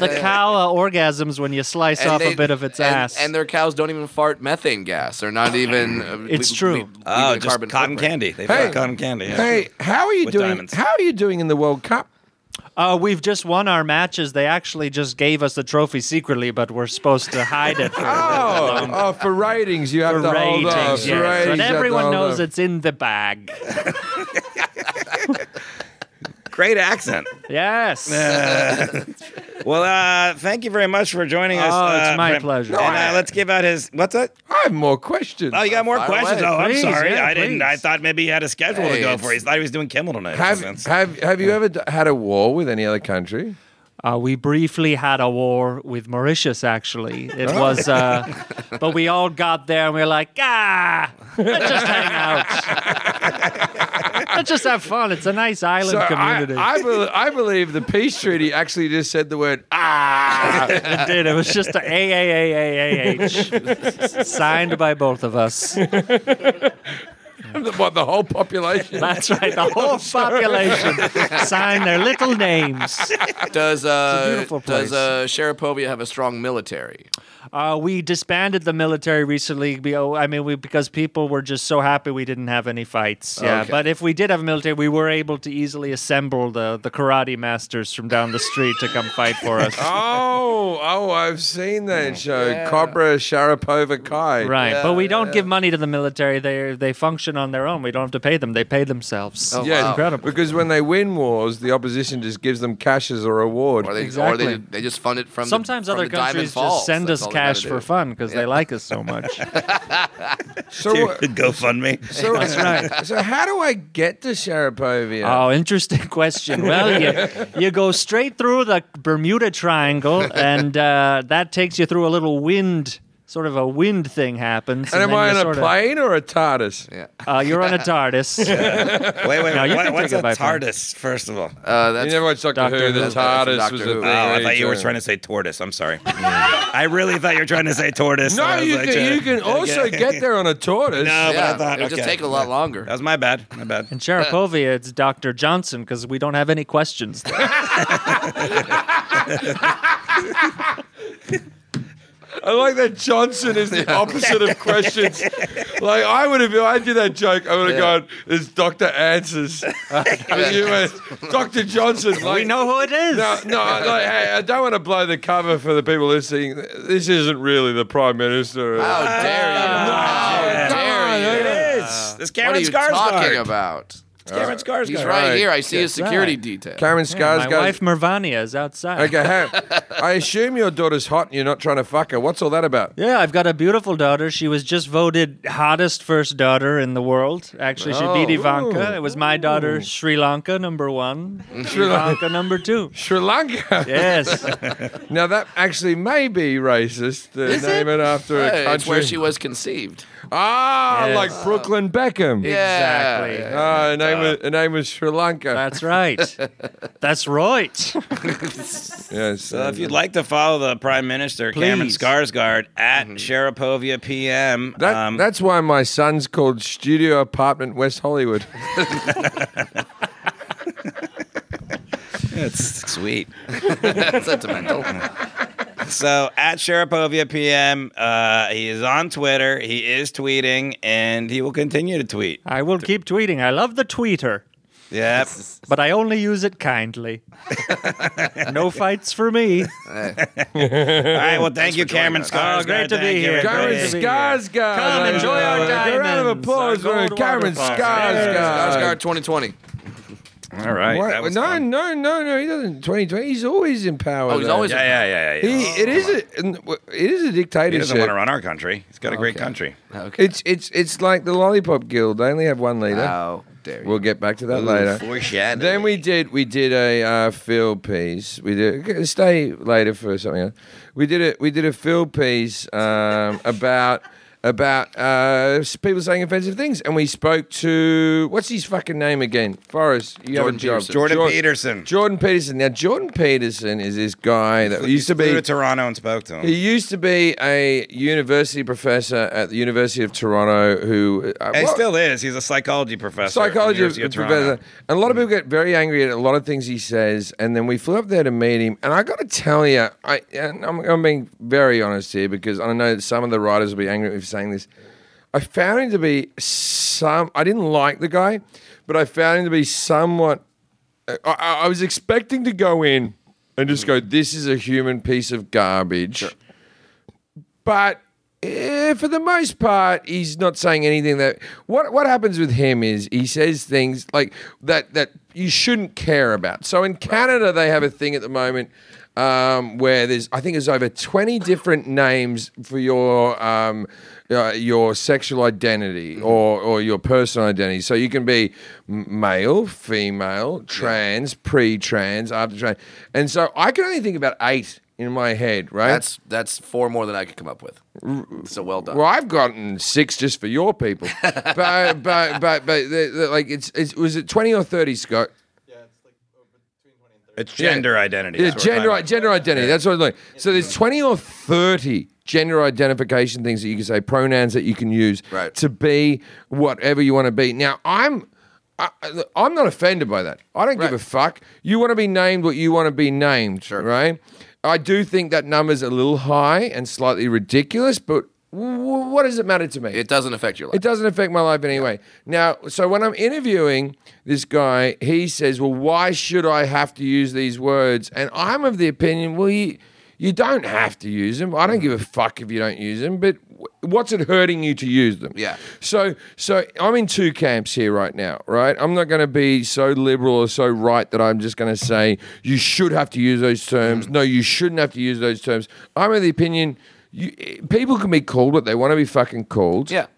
the cow uh, orgasms when you slice off
they-
a bit of its
and-
ass.
And their cows don't even fart methane gas. They're not
*clears throat*
even. uh,
It's
le-
true.
le- leaving
Oh,
a
just cotton
footprint.
candy. They
Hey.
hey. cotton candy. yeah.
Hey, how are you
With
doing?
diamonds.
How are you doing in the World Cup?
Uh, we've just won our matches. They actually just gave us the trophy secretly, but we're supposed to hide it. For
Oh, oh, for ratings you have
For
to hold
ratings,
off.
yes.
For ratings,
But
you have to
everyone
hold
knows
off.
it's in the bag.
Great accent.
Yes.
Well, uh, thank you very much for joining us.
Oh, it's
uh,
my
Brent.
pleasure.
And uh, let's give out his. What's that?
I have more questions.
Oh, you got more
Fire
questions?
away.
oh,
Please,
I'm sorry.
yeah,
I didn't. I
please.
thought maybe he had a schedule
Hey,
to go
it's-
for. He thought he was doing Kimmel tonight.
have,
That's- *laughs*
have have you ever d- had a war with any other country?
Uh, we briefly had a war with Mauritius, actually. It
Oh.
was,
*laughs*
uh, but we all got there and we were like, ah, let's just hang out. let's just have fun. It's a nice island
So I,
community.
I, bel I believe the peace treaty actually just said the word
*laughs*
ah. *laughs*
it did. It was just a A
*laughs*
A A A A H signed by both of us.
The, what, the whole population?
That's right. The whole population sign their little names. *laughs*
Does uh,
beautiful
does
place.
uh, Sharapobia have a strong military?
Uh, we disbanded the military recently. be- oh, I mean, we, because people were just so happy we didn't have any fights. Yeah,
Okay.
but if we did have a military, we were able to easily assemble the, the karate masters from down the street to come fight for
*laughs*
us.
Oh, oh, I've seen that show. Cobra Sharapova Kai.
Right, but we don't
yeah.
give money to the military. They they function on their own. We don't have to pay them. They pay themselves.
Oh,
Yeah,
wow.
incredible.
Because when they win wars, the opposition just gives them cash as a reward.
Or they or
Exactly.
they, they just fund it from the-
Sometimes
from
other
the Diamond
countries
Falls.
just send
That's
us
all they gotta
cash
do.
for fun because they like us so
*laughs*
much.
so, what-
GoFundMe.
*laughs* so, so how do I get to Sharapovia?
Oh, interesting *laughs* question. Well, you, you go straight through the Bermuda
*laughs*
Triangle, and uh, that takes you through a little wind, sort of a wind thing happens.
and am
then
I
you
on a
sort of-
plane or a TARDIS?
Uh, you're on a
*laughs*
TARDIS.
Wait, wait,
No, you
what-
can
what's
take it
a
by phone.
TARDIS, first of all? Oh,
Uh,
You
that's
never watched Doctor,
Doctor
Who. The
Who.
TARDIS
That's from
Doctor
was a
Who.
thing.
Oh,
I
they
thought you were
turned.
trying to say tortoise. I'm sorry. I really thought you were trying to say tortoise. and
No,
I was
you
like,
can, you
*laughs*
can also get there on a tortoise.
No, but
yeah,
I thought
it would just
okay.
take a lot longer.
That was my bad. My bad.
In Sharapovia, it's Dr. Johnson because we don't have any questions. there.
I like that Johnson is the opposite of questions. Like I would have, if I did that joke. I would have
Yeah.
gone, "It's Doctor Answers." And you went, Doctor Johnson. Like,
we know who it is. *laughs*
No, no. Like, hey, I don't want to blow the cover for the people listening. This isn't really the prime minister.
How dare you? How dare you?
This
Uh, What are
Cameron
you
Skarsgård.
talking about?
It's Cameron Skarsgård.
He's right here. I see a security
right.
detail.
Cameron Scars
My wife Mervania is outside.
*laughs* Okay,
*laughs*
hey, I assume your daughter's hot and you're not trying to fuck her. What's all that about?
Yeah, I've got a beautiful daughter. She was just voted hottest first daughter in the world. Actually, she beat
Oh.
Ivanka.
Ooh.
It was my daughter, Sri Lanka number one, Sri Lanka number two.
Sri Lanka.
Yes,
*laughs* Now that actually may be racist to name it, after a
Hey,
country.
it's where she was conceived.
Ah,
Yes.
like Brooklyn Beckham.
Yeah.
exactly.
Ah, her name was, her name was Sri Lanka.
That's right. That's right.
yes. uh,
So if you'd like to follow the Prime Minister Cameron
Please.
Skarsgård at
Mm-hmm.
Sharapovia PM,
that,
um, *laughs*
that's why my son's called Studio Apartment West Hollywood.
it's sweet.
Sentimental.
*laughs*
*laughs*
So at Sharapovia PM, uh, he is on Twitter. He is tweeting, and he will continue to tweet.
I will keep tweeting. I love the tweeter,
*laughs*
Yep.
but I only use it kindly. *laughs* No fights for me.
All right. Well, thank you, Cameron Skarsgård.
Oh, great to be
Thank you,
here.
everybody.
*laughs*
Cameron
Great to be here.
Skarsgård.
Come enjoy our
A round of
diamonds,
applause
our
for
gold
Cameron
waterfalls.
Skarsgård.
Skarsgård 2020.
All right.
What?
that was
no,
fun.
no, no, no. He doesn't. Twenty twenty. He's always in power.
Oh, he's
though.
always-
Yeah, yeah, yeah, yeah. yeah.
He, it is a n- w- it is a dictatorship.
He doesn't want to run our country. He's got a great country.
Okay.
It's it's it's like the Lollipop Guild. They only have one leader.
How dare you?
We'll get back to that later.
Foreshadowing.
uh, Then we did we did a uh, field piece. We did okay, stay later for something. Else. We did it. We did a field piece um, *laughs* about about uh, s- people saying offensive things, and we spoke to what's his fucking name again? Forrest. You have a
Jordan
job.
Peterson.
Jordan
Jor-
Peterson.
Jordan Peterson. Now Jordan Peterson is this guy that
He
used to
flew
be
to Toronto and spoke to him.
he used to be a university professor at the University of Toronto who uh,
And he
well,
still is. He's a psychology professor.
psychology
at the University of Toronto.
professor. And a lot of people get very angry at a lot of things he says. And then we flew up there to meet him. And I got to tell you, I and I'm, I'm being very honest here because I know that some of the writers will be angry at me for saying this. I found him to be some. I didn't like the guy, but I found him to be somewhat I, I I was expecting to go in and just go, this is a human piece of garbage. But eh, for the most part, he's not saying anything that. What what happens with him is he says things like that that you shouldn't care about. So in Canada, they have a thing at the moment. Um, where there's, I think there's over twenty different names for your um, uh, your sexual identity or, or your personal identity. So you can be m- male, female, trans, pre-trans, after trans, and so I can only think about eight in my head. Right?
That's that's four more than I could come up with. So well done.
Well, I've gotten six just for your
*laughs*
people, but but but but the, the, like it's, it's was it twenty or thirty, Scott?
It's gender identity.
Yeah,
That's what we're
gender
talking
gender identity. That's what I'm like. So there's twenty or thirty gender identification things that you can say, pronouns that you can use
Right.
to be whatever you want to be. Now, I'm. I, I- I'm not offended by that. I don't give
Right.
a fuck. You want to be named what you want to be named, right? I do think that number's a little high and slightly ridiculous, but w- what does it matter to me?
It doesn't affect your life.
It doesn't affect my life anyway. Now, so when I'm interviewing this guy, he says, "Well, why should I have to use these words?" And I'm of the opinion, well, you you don't have to use them. I don't
Mm-hmm.
give a fuck if you don't use them, but w- what's it hurting you to use them?
Yeah.
So so I'm in two camps here right now, right? I'm not going to be so liberal or so right that I'm just going to say you should have to use those
Mm.
terms. No, you shouldn't have to use those terms. I'm of the opinion you, people can be called what they want to be fucking called
Yeah.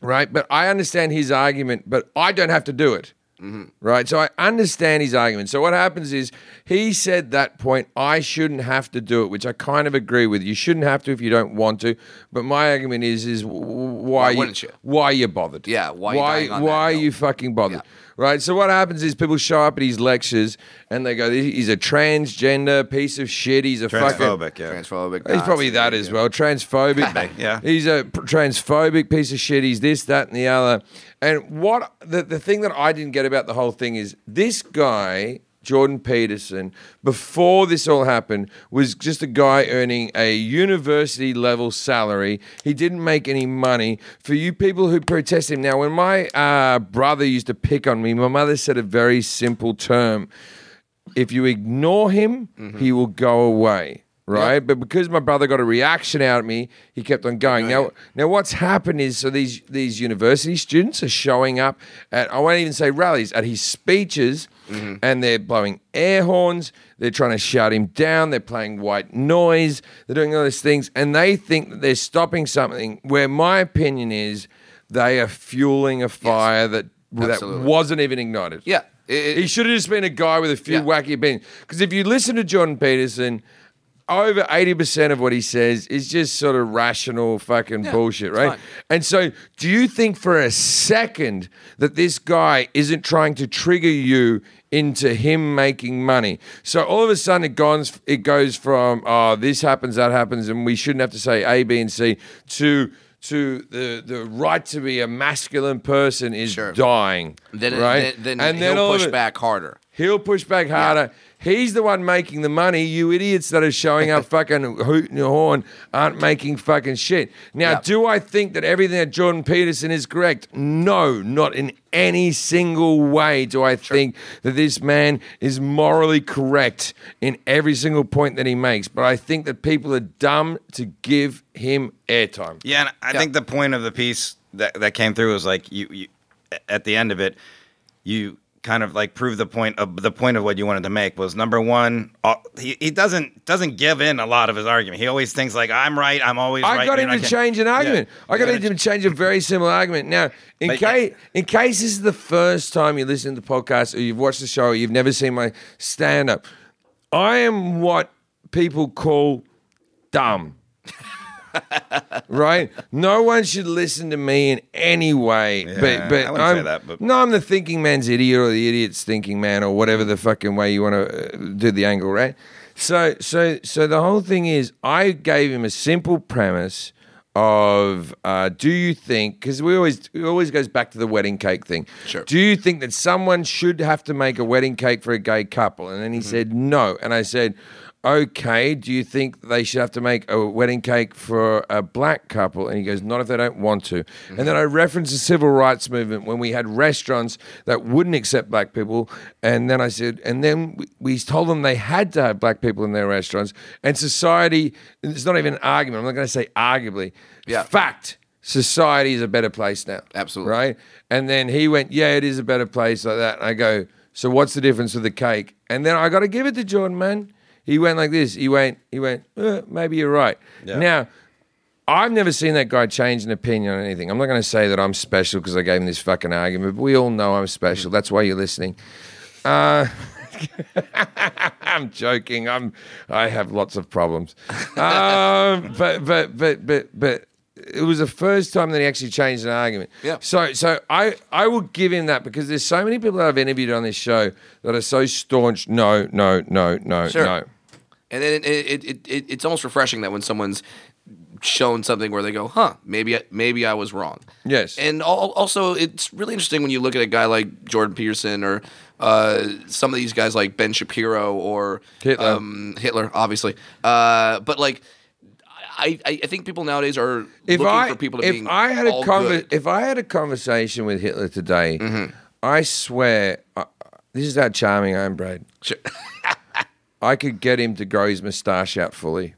right? But I understand his argument, but I don't have to do it,
Mm-hmm.
right? So I understand his argument. So what happens is he said that point, I shouldn't have to do it, which I kind of agree with. You shouldn't have to if you don't want to. But my argument is, is w- w- why,
wouldn't you?
Why you bothered?
Yeah, why you
Why?
dying on
why
that
you
hill?
fucking bothered?
Yeah.
Right, so what happens is people show up at his lectures and they go, "He's a transgender piece of shit. He's a fucking
Transphobic, yeah.
Transphobic.
He's probably
Nazi.
that as well. *laughs* Transphobic.
yeah.
He's a p- transphobic piece of shit. He's this, that, and the other. And what the, the thing that I didn't get about the whole thing is this guy, Jordan Peterson, before this all happened, was just a guy earning a university level salary. He didn't make any money. For you people who protest him, now, when my uh, brother used to pick on me, my mother said a very simple term if you ignore him,
Mm-hmm.
he will go away. Right, but because my brother got a reaction out of me, he kept on going. Now, now what's happened is so these these university students are showing up at I won't even say rallies at his speeches,
Mm-hmm.
and they're blowing air horns. They're trying to shout him down. They're playing white noise. They're doing all these things, and they think that they're stopping something. Where my opinion is, they are fueling a fire that that
absolutely.
wasn't even ignited.
Yeah. It-
He should have just been a guy with a few
Yeah.
wacky opinions. Because if you listen to Jordan Peterson, over 80% of what he says is just sort of rational fucking bullshit,
it's
right?
fine.
And so, do you think for a second that this guy isn't trying to trigger you into him making money? So all of a sudden, it goes it goes from oh this happens, that happens, and we shouldn't have to say A, B, and C to to the the right to be a masculine person is
Sure.
dying,
Then,
right?
then, then
all
he'll
of
push
it-
back harder.
He'll push back harder. He's the one making the money. You idiots that are showing
*laughs*
up fucking hooting your horn aren't making fucking shit. Now,
Yeah.
do I think that everything that Jordan Peterson is correct? No, not in any single way do I think that this man is morally correct in every single point that he makes. But I think that people are dumb to give him airtime.
Yeah, and I think the point of the piece that that came through was like you, you at the end of it, you kind of like prove the point of the point of what you wanted to make was number one uh, he, he doesn't doesn't give in a lot of his argument he always thinks like i'm right i'm always
I
right
got
man,
him to
can't-"
change an
Yeah.
argument. I
You
got
gotta
him to change a very similar argument. Now, in
But-
case in case this is the first time you listen to the podcast or you've watched the show or you've never seen my stand up, I am what people call dumb. right? No one should listen to me in any way. but
I
but
wouldn't
I'm,
say that, but-
no, I'm the thinking man's idiot or the idiot's thinking man or whatever the fucking way you want to uh, do the angle, right? So so so the whole thing is, I gave him a simple premise of uh, do you think because we always it always goes back to the wedding cake thing
Sure.
do you think that someone should have to make a wedding cake for a gay couple and
Mm-hmm.
then he said no and i said okay, do you think they should have to make a wedding cake for a black couple? And he goes, not if they don't want to. And then I referenced the civil rights movement when we had restaurants that wouldn't accept black people. And then I said, and then we, we told them they had to have black people in their restaurants. And society, it's not even an argument, I'm not going to say arguably.
Yeah.
Fact. Society is a better place now.
Absolutely.
Right? And then he went, Yeah, it is a better place like that. And I go, So what's the difference with the cake? And then I got to give it to Jordan, man. He went like this. He went, He went, uh, Maybe you're right. Now, I've never seen that guy change an opinion on anything. I'm not going to say that I'm special because I gave him this fucking argument, but we all know I'm special. That's why you're listening. Uh, *laughs* I'm joking. I'm I have lots of problems. Um, but but but but but it was the first time that he actually changed an argument.
Yeah.
So so I I will give him that because there's so many people that I've interviewed on this show that are so staunch. No no no no
Sure.
no.
And then it, it, it, it, it's almost refreshing that when someone's shown something where they go, huh, maybe I, maybe I was wrong.
Yes.
And al- also, it's really interesting when you look at a guy like Jordan Peterson or uh, some of these guys like Ben Shapiro or
Hitler.
um, Hitler obviously. Uh, but like, I, I I think people nowadays are
if
looking
I
for people to
if
being
I had a
all
conver-
good. Mm-hmm.
if I had a conversation with Hitler today, I swear uh, this is how charming I am, Brad.
Sure. *laughs*
I could get him to grow his moustache out fully.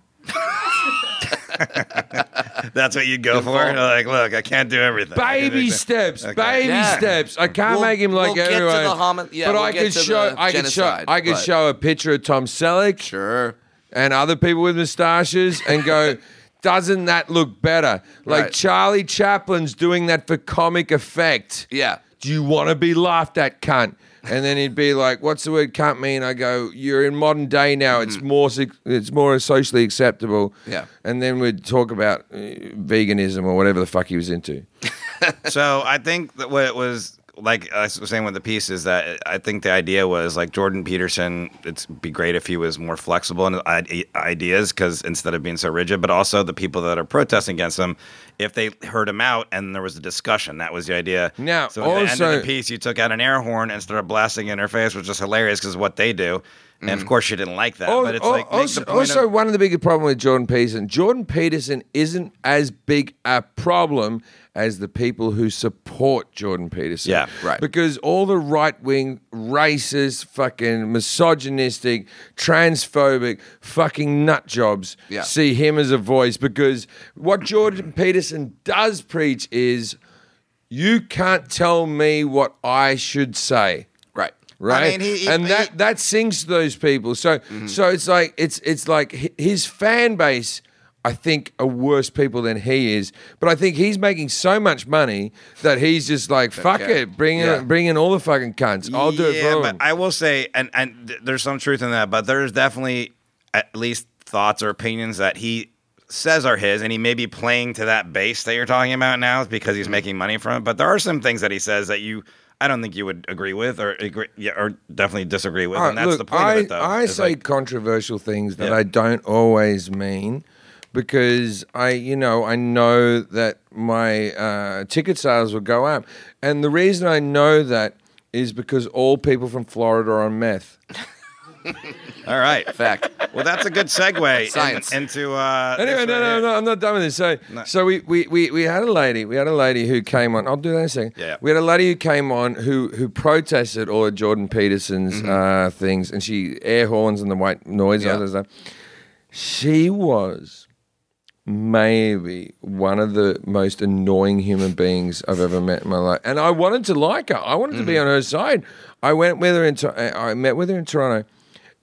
That's what you go for. You're like, look, I can't do everything. I can do
Baby
this-
steps,
Okay.
baby
Yeah.
steps. I can't
We'll-
make him like
we'll get to the
everyone.
homo- yeah,
but
we'll
I
get
could
to
show.
the
I could show.
genocide,
I could
but-
show a picture of Tom Selleck.
Sure.
and other people with moustaches and
*laughs*
go, doesn't that look better? Like
Right.
Charlie Chaplin's doing that for comic effect.
Yeah.
Do you want to be laughed at, cunt? And then he'd be like, "What's the word cunt mean?" I go, "You're in modern day now. It's more se- it's more socially acceptable."
Mm-hmm. Yeah.
And then we'd talk about uh, veganism or whatever the fuck he was into.
so I think that what it was like I was saying with the piece is that I think the idea was like Jordan Peterson. It's be great if he was more flexible in i- ideas because instead of being so rigid, but also the people that are protesting against him, if they heard him out and there was a discussion, that was the idea.
Now,
so at the end
also-
of the piece, you took out an air horn and started blasting in her face, which is hilarious because what they do, and of course she didn't like that.
Mm. Al-
but it's
al-
like make
also,
the point
Oh, also
of-
one of the bigger problem with Jordan Peterson. Jordan Peterson isn't as big a problem as the people who support Jordan Peterson.
Yeah, right.
Because all the right wing, racist, fucking misogynistic, transphobic, fucking nut jobs
Yeah.
see him as a voice. Because what Jordan Peterson does preach is, you can't tell me what I should say
Right.
right?
mean, he- he-
and that that sings to those people. So
Mm-hmm.
so it's like it's it's like hi- his fan base. I think are worse people than he is, but I think he's making so much money that he's just like fuck
care.
it, bring
Yeah.
in, bring in all the fucking cunts. I'll do it
yeah,
for
but
him.
I will say, and and th- there's some truth in that, but there's definitely at least thoughts or opinions that he says are his, and he may be playing to that base that you're talking about now because
Mm-hmm.
he's making money from it. But there are some things that he says that you. I don't think you would agree with, or agree, yeah, or definitely disagree with,
All
and
right,
that's
Uh, look,
the point
I,
of it, though.
I
It's
say
like-
controversial things that
Yeah.
I don't always mean because I, you know, I know that my uh, ticket sales will go up. And the reason I know that is because all people from Florida are on meth.
all right.
*laughs*
Fact.
Well, that's a good segue in-
Science.
into. Uh, this
Anyway,
right
no, no,
here.
no, I'm not done with this. So, so we, we, we, we had a lady, we had a lady who came on. I'll do that in a second.
Yeah.
We had a lady who came on who who protested all of Jordan Peterson's
Mm-hmm.
uh, things, and she air horns and the white noise and all that stuff. She was maybe one of the most annoying human beings I've ever met in my life, and I wanted to like her. I wanted to be on her side. I went with her in. Tor- I I met with her in Toronto.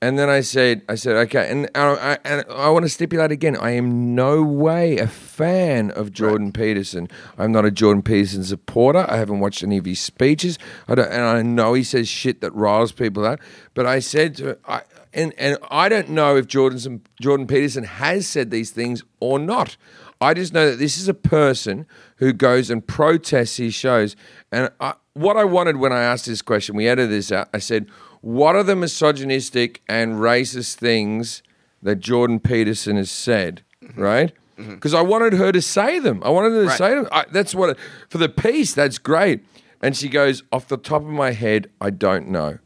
And then I said, I said, okay, and I, I, and I want to stipulate again, I am no way a fan of Jordan Peterson. I'm not a Jordan Peterson supporter. I haven't watched any of his speeches. I don't, and I know he says shit that riles people out. But I said to her, I, and and I don't know if Jordan Jordan Peterson has said these things or not. I just know that this is a person who goes and protests his shows. And I, what I wanted when I asked this question, we edited this out. I said, "What are the misogynistic and racist things that Jordan Peterson has said?" Right? Because I wanted her to say them. I wanted her to say them. I, that's what for the piece. That's great. And she goes, "Off the top of my head, I don't know."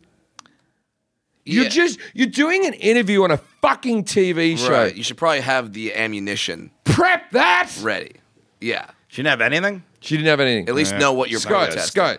You're
Yeah.
just you're doing an interview on a fucking TV show.
Right. You should probably have the ammunition
Prep that.
ready. Yeah.
She didn't have anything.
She didn't have anything.
At least know what you're
Scott,
protesting.
Scott.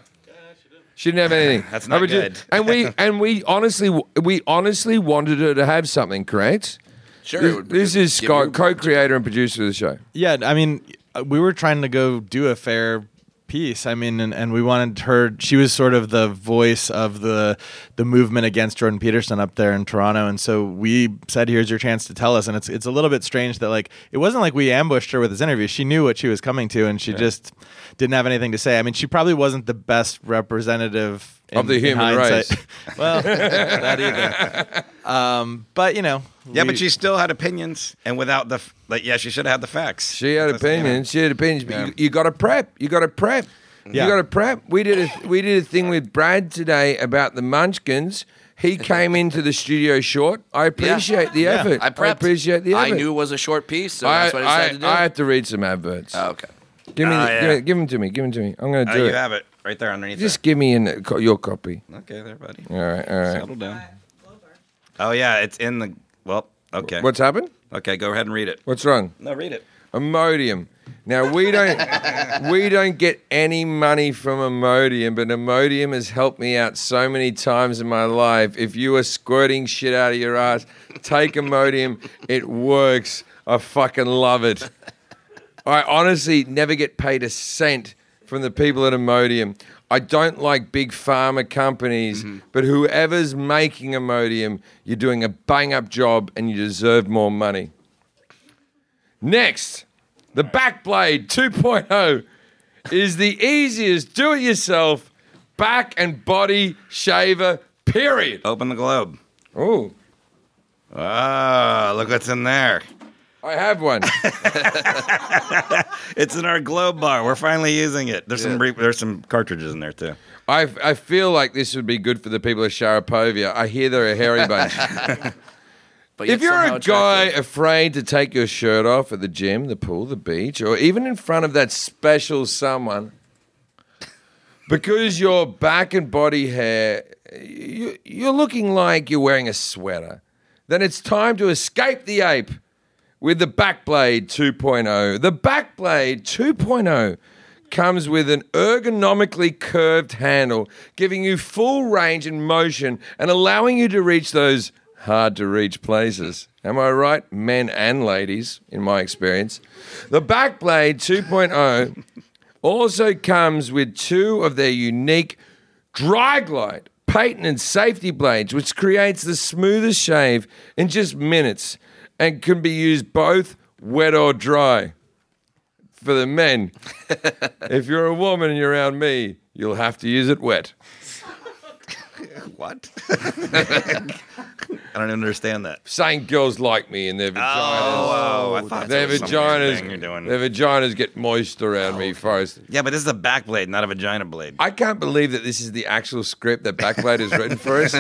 She didn't have
*laughs*
anything.
That's
I
not
would ju-
good.
and we and we honestly we honestly wanted her to have something, correct?
Sure. it
This,
would-
this is
give
Scott,
you-
co-creator and producer of the show.
Yeah, I mean, uh, we were trying to go do a fair piece. I mean, and, and we wanted her. She was sort of the voice of the the movement against Jordan Peterson up there in Toronto, and so we said, "Here's your chance to tell us." And it's it's a little bit strange that like it wasn't like we ambushed her with this interview. She knew what she was coming to, and she just didn't have anything to say. I mean, she probably wasn't the best representative in,
Of the
in
human
hindsight.
race.
*laughs* well, that either.
*laughs*
Um, but you know,
Yeah,
we-
but she still had opinions, and without the, f- like, yeah, she should have had the facts.
She had
That's- you know.
opinions. She had opinions, but you, you got to prep. You got to prep. You
Yeah.
got to prep. We did a we did a thing with Brad today about the Munchkins.
*laughs*
He came into the studio short. I appreciate the effort.
I prepped.
appreciate the effort.
I knew it was a short piece, so
I,
that's what I decided
I- I
to
had to read some adverts.
do. okay.
Give me,
Ah,
the-
yeah.
give, it- give them to me. Give them to me. I'm going to
Uh,
do
you
it.
have it right there underneath.
Just give me an, co- your copy.
it. Okay, there, buddy.
All right, all right.
Settle down. Oh yeah, it's in the. Well, okay.
What's happened?
okay? Go ahead and read it.
What's wrong?
No, read it.
Imodium. Now we don't we don't get any money from Imodium, but Imodium has helped me out so many times in my life. If you are squirting shit out of your ass, take Imodium. It works. I fucking love it. I honestly never get paid a cent from the people at Imodium. I don't like big pharma companies, but whoever's making Imodium, you're doing a bang up job and you deserve more money. Next, the Backblade 2.0 is the easiest do it yourself back and body shaver, period.
Open the globe.
Oh,
Ah, look what's in there.
I have one.
It's in our globe bar. We're finally using it. There's some re- there's some cartridges in there too.
I, I feel like this would be good for the people of Sharapovia. I hear they're a hairy bunch.
But
if
yet
you're
somehow
a guy
attractive.
afraid to take your shirt off at the gym, the pool, the beach, or even in front of that special someone, because your back and body hair, you, you're looking like you're wearing a sweater, then it's time to escape the ape with the Backblade 2.0. The Backblade 2.0 comes with an ergonomically curved handle, giving you full range and motion and allowing you to reach those hard to reach places. Am I right, men and ladies, in my experience? The Backblade 2.0 also comes with two of their unique dry glide patented safety blades which creates the smoothest shave in just minutes and can be used both wet or dry for the
*laughs*
men if you're a woman and you're around me you'll have to use it wet
*laughs* What? I don't understand that.
saying girls like me and their vaginas
Oh, I thought
their
that was some weird
vaginas
thing you're doing. Oh,
their vaginas get moist around me first
yeah, but this is a back blade, not a vagina blade.
i can't believe that this is the actual script that backblade has written for us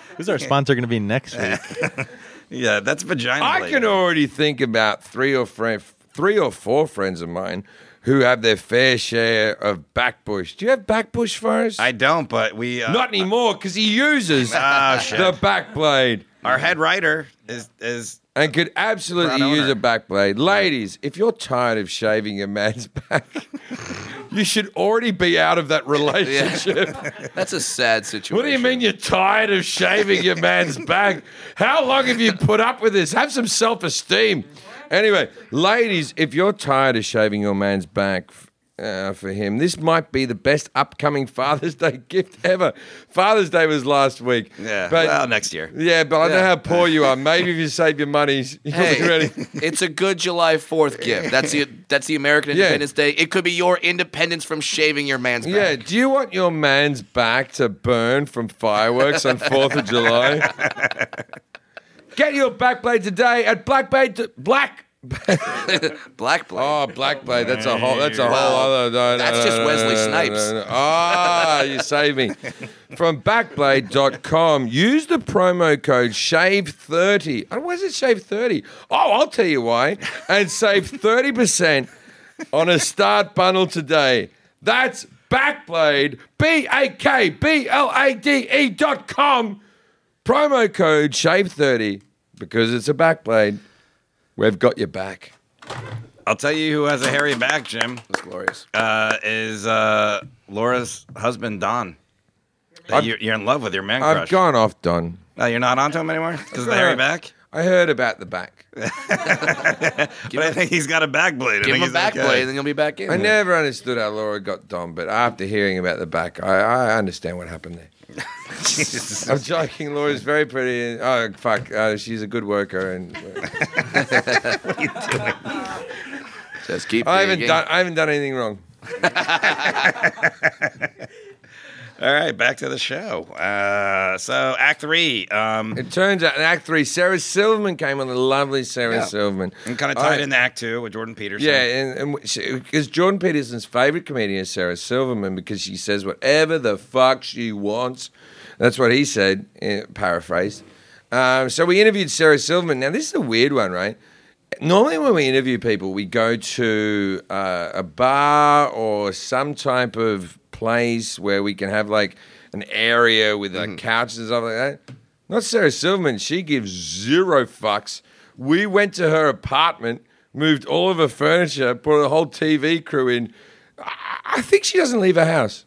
*laughs*
Who's our sponsor going to be next week?
yeah, that's vagina
I
blade.
can already think about three or fri three or four friends of mine who have their fair share of backbush. Do you have backbush first?
I don't, but we uh,
not anymore because he uses
Ah, shit.
the backblade
Our head writer is is
and could absolutely
Proud
use
owner.
a backblade. Ladies, if you're tired of shaving your man's *laughs* back, you should already be out of
*laughs*
that relationship.
that's a sad situation.
What do you mean you're tired of shaving your
*laughs*
man's back? How long have you put up with this? Have some self esteem. Anyway, ladies, if you're tired of shaving your man's back, uh, for him, this might be the best upcoming Father's Day gift ever. Father's Day was last week.
yeah.
but
well, next year.
yeah, but I know
Yeah.
how poor you are. Maybe
*laughs*
if you save your money, you'll be
Hey,
ready.
*laughs* it's a good July Fourth gift. That's the that's the American
Yeah.
Independence Day. It could be your independence from shaving your man's back.
Yeah, do you want your man's back to burn from fireworks on 4th of July? Get your backblade today at Blackblade to Black
black blade.
Oh, Blackblade, that's a whole that's a whole
Well,
other no, no,
that's
no,
just
no, no,
Wesley
no,
Snipes.
no, no. Ah, you saved
*laughs*
me. From backblade.com, use the promo code shave30. Oh, why is it shave30? Oh, I'll tell you why. And save 30% on a start bundle today. That's Backblade, B A K B L A D E dot com. Promo code shave30 because it's a backblade. We've got your back.
I'll tell you who has a hairy back, Jim.
That's glorious.
Uh, is uh, Laura's husband Don. You're, you're in love with your man crush.
I've gone off done.
Oh, you're not onto him
*laughs*
anymore because the hairy back.
I heard about the back.
But I think he's got a back blade. I
Give
think
him a
he's
back
okay.
blade, and then you'll be back in.
I never understood how Laura got Don, but after hearing about the back, I, I understand what happened
*laughs*
there. I'm joking. Laura's very pretty. And, oh fuck, uh, she's a good worker, and uh,
*laughs*
Just keep.
I haven't
digging.
done I haven't done anything wrong.
All right, back to the show. Uh, so Act Three. Um,
It turns out in Act Three, Sarah Silverman came on the lovely Sarah
Yeah.
Silverman.
and kind of tied into Act Two with Jordan Peterson.
Yeah, and because Jordan Peterson's favorite comedian is Sarah Silverman because she says whatever the fuck she wants. That's what he said, eh, paraphrased. Um, so we interviewed Sarah Silverman. Now this is a weird one, right? Normally, when we interview people, we go to uh, a bar or some type of place where we can have like an area with like couches and stuff like that. Not Sarah Silverman. She gives zero fucks. We went to her apartment, moved all of her furniture, brought a whole TV crew in. I I think she doesn't leave her house.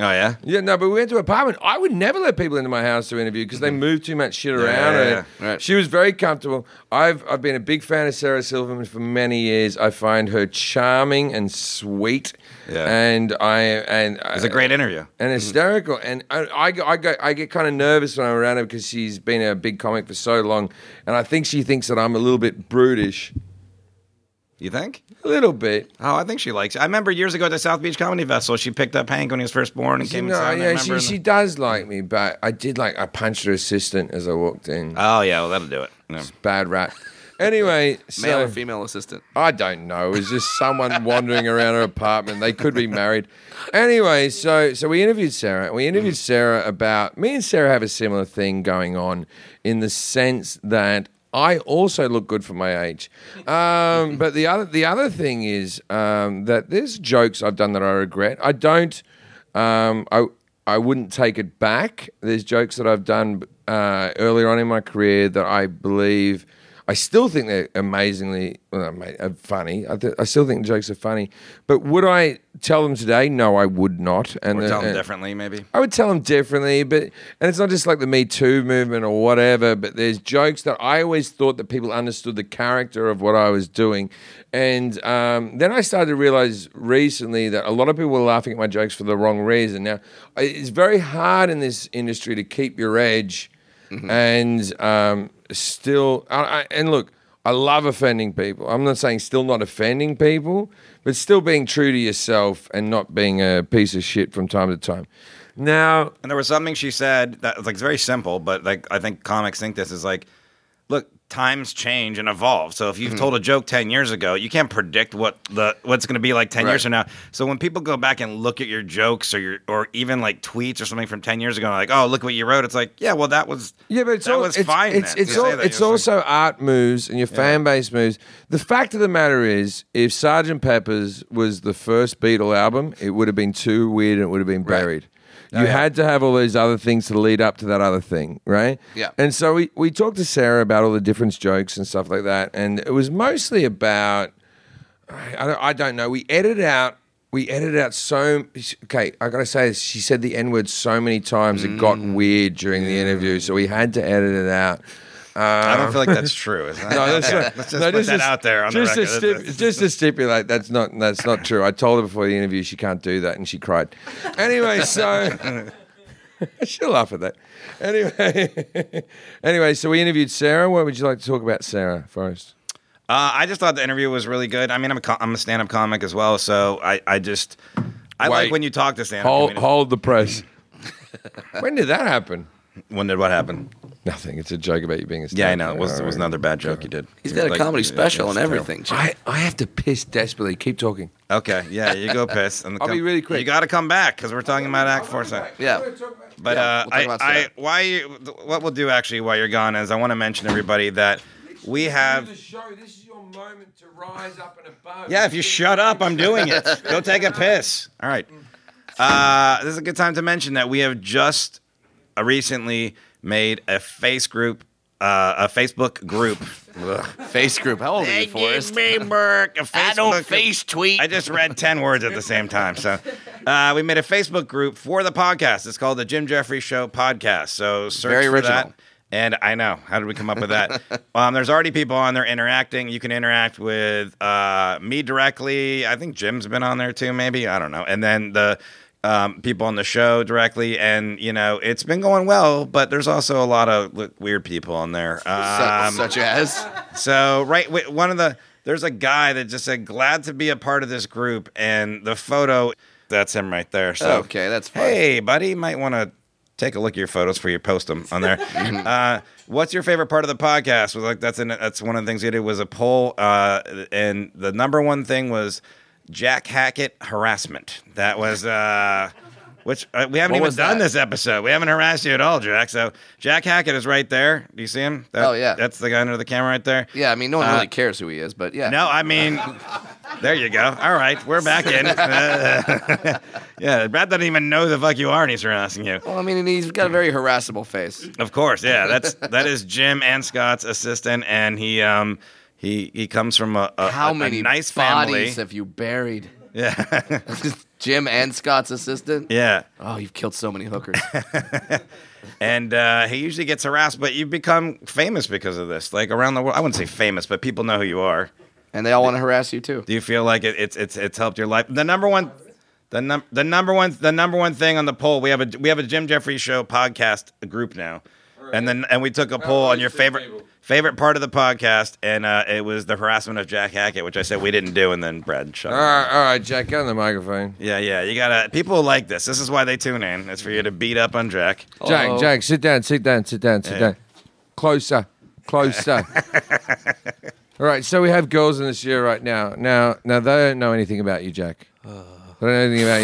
Oh yeah.
Yeah, no, but we went to an apartment. I would never let people into my house to interview because they move too much shit around.
Mm-hmm. yeah,
and
yeah, right.
She was very comfortable. I've I've been a big fan of Sarah Silverman for many years. I find her charming and sweet.
Yeah.
and I and
It was a great interview.
and hysterical. And I, I, go- I, go, I get kind of nervous when I'm around her because she's been a big comic for so long, and I think she thinks that I'm a little bit brutish,
You think?
a little bit.
Oh, I think she likes. I remember years ago at the South Beach Comedy Festival, she picked up Hank when he was first born and
She,
came
no,
inside. I
yeah,
remember
she,
in the-
she does like me, but I did like I punched her assistant as I walked in.
Oh yeah, well that'll do it. Yeah.
Bad rat. Anyway,
Male
so
or female assistant.
I don't know. It was just someone wandering around her apartment. They could be married. Anyway, so so we interviewed Sarah. and We interviewed Sarah about me and Sarah have a similar thing going on in the sense that I also look good for my age. Um, but the other the other thing is um, that there's jokes I've done that I regret. I don't. Um, I I wouldn't take it back. There's jokes that I've done uh, earlier on in my career that I believe I still think they're amazingly well, ama- uh, funny. I, th- I still think jokes are funny, but would I tell them today? No, I would not. And
Or
the-
tell them
and-
differently, maybe.
I would tell them differently, but and it's not just like the Me Too movement or whatever. But there's jokes that I always thought that people understood the character of what I was doing, and um, then I started to realize recently that a lot of people were laughing at my jokes for the wrong reason. Now I- it's very hard in this industry to keep your edge, and um, still, I, I, and look. I love offending people. I'm not saying still not offending people, but still being true to yourself and not being a piece of shit from time to time. Now,
And there was something she said that was like very simple, but like I think comics think this is like, look, times change and evolve. So if you've told a joke ten years ago, you can't predict what the what's going to be like ten years from now. So when people go back and look at your jokes or your or even like tweets or something from ten years ago, and like oh look what you wrote, it's like yeah, well that was
yeah, but it's
that
all
was
it's,
fine.
It's,
then,
it's,
to
all,
say that.
it's
You're like-
also art moves and your fan base moves. The fact of the matter is, if Sergeant Pepper's was the first Beatle album, it would have been too weird and it would have been buried.
Oh,
You had to have all these other things to lead up to that other thing, right?
Yeah.
And so we, we talked to Sarah about all the different jokes and stuff like that, and it was mostly about I don't, I don't know. We edited out. We edited out so. Okay, I gotta say, this, she said the n word so many times it got weird during the interview, so we had to edit it out.
I don't feel like that's true. Is that?
No,
*laughs*
that's
Okay,
not,
Let's just
no,
put
this
that
is-
out there on
just
the
To
record.
stip- just to stipulate, that's not that's not true. I told her before the interview she can't do that, and she cried. Anyway, so *laughs* she'll laugh at that. Anyway, *laughs* anyway, so we interviewed Sarah. What would you like to talk about, Sarah Forrest?
Uh, I just thought the interview was really good. I mean, I'm a, co- I'm a stand-up comic as well, so I, I just I
Wait.
like when you talk to stand-up.
Hold
comedians.
hold the press. when did that happen?
When did what happen?
Nothing. It's a joke about you being a.
Yeah, I
stand-up.
know. It was, it was another bad joke you did.
He's got a
Like,
comedy
yeah,
special
it's
and
terrible.
everything.
I, I have to piss desperately. Keep talking.
Okay, yeah, you
*laughs*
go piss. And
I'll be really quick.
You got to come back because we're talking about Act Four. So.
Yeah.
But
Yeah,
uh,
we'll talk
I,
about
I,
that.
why you, what we'll do actually while you're gone is I want to mention everybody that we have.
show. This is your moment to rise up and above.
Yeah, if you shut up, I'm doing it. Go take a piss. All right. Uh, this is a good time to mention that we have just uh, recently made a face group, uh, a Facebook group.
Face group. How old are you, Forrest?
I
tweet.
I just read 10 words at the same time. So uh, we made a Facebook group for the podcast. It's called the Jim Jeffrey Show Podcast. So search
Very
for
original.
that. And I know. How did we come up with
*laughs*
that? um, there's already people on there interacting. You can interact with uh, me directly. I think Jim's been on there too, maybe. I don't know. And then the um, people on the show directly. And, you know, it's been going well, but there's also a lot of w- weird people on there. Um,
such as
so right, wi- one of the there's a guy that just said glad to be a part of this group, and the photo that's him right there. So
Okay, that's fine.
Hey, buddy, you might want to take a look at your photos for you post them on
*laughs*
there. uh, what's your favorite part of the podcast? Was like that's in, that's one of the things we did was a poll, uh, and the number one thing was Jack Hackett harassment. That was. Uh, which uh, we haven't
What
even
was
done
that?
this episode. We haven't harassed you at all, Jack. So Jack Hackett is right there. Do you see him? That-
Oh, yeah.
that's the guy under the camera right there.
Yeah, I mean, no one
Uh,
really cares who he is, but yeah.
No, I mean, there you go. All right, we're back
*laughs*
in. *laughs* yeah, Brad doesn't even know who the fuck you are, and he's harassing you.
Well, I mean, and he's got a very harassable face.
Of course, yeah. That's that is Jim and Scott's assistant, and he um he he comes from a, a
How
a- a
many
nice family.
bodies have you buried? *laughs*
*laughs* yeah,
Jim and Scott's assistant.
yeah.
Oh, you've killed so
*laughs*
many hookers.
And uh, he usually gets harassed, but you've become famous because of this. Like around the world, I wouldn't say famous, but people know who you are.
and they all want to harass you too.
Do you feel like it, it's it's it's helped your life? The number one, the num the number one the number one thing on the poll we have a we have a Jim Jeffries show podcast group now, and then and we took a poll on your favorite favorite part of the podcast, and uh, it was the harassment of Jack Hackett, which I said we didn't do, and then Brad shut.
All
up.
right, all right, Jack, get on the microphone.
Yeah, yeah, you gotta. People like this. This is why they tune in. It's for you to beat up on Jack.
Jack, Jack, sit down, sit down, sit down, sit
Yeah.
down. Closer,
*laughs*
closer. All right, so we have girls in this year right now. Now, now they don't know anything about you, Jack.
Uh.
They don't know anything about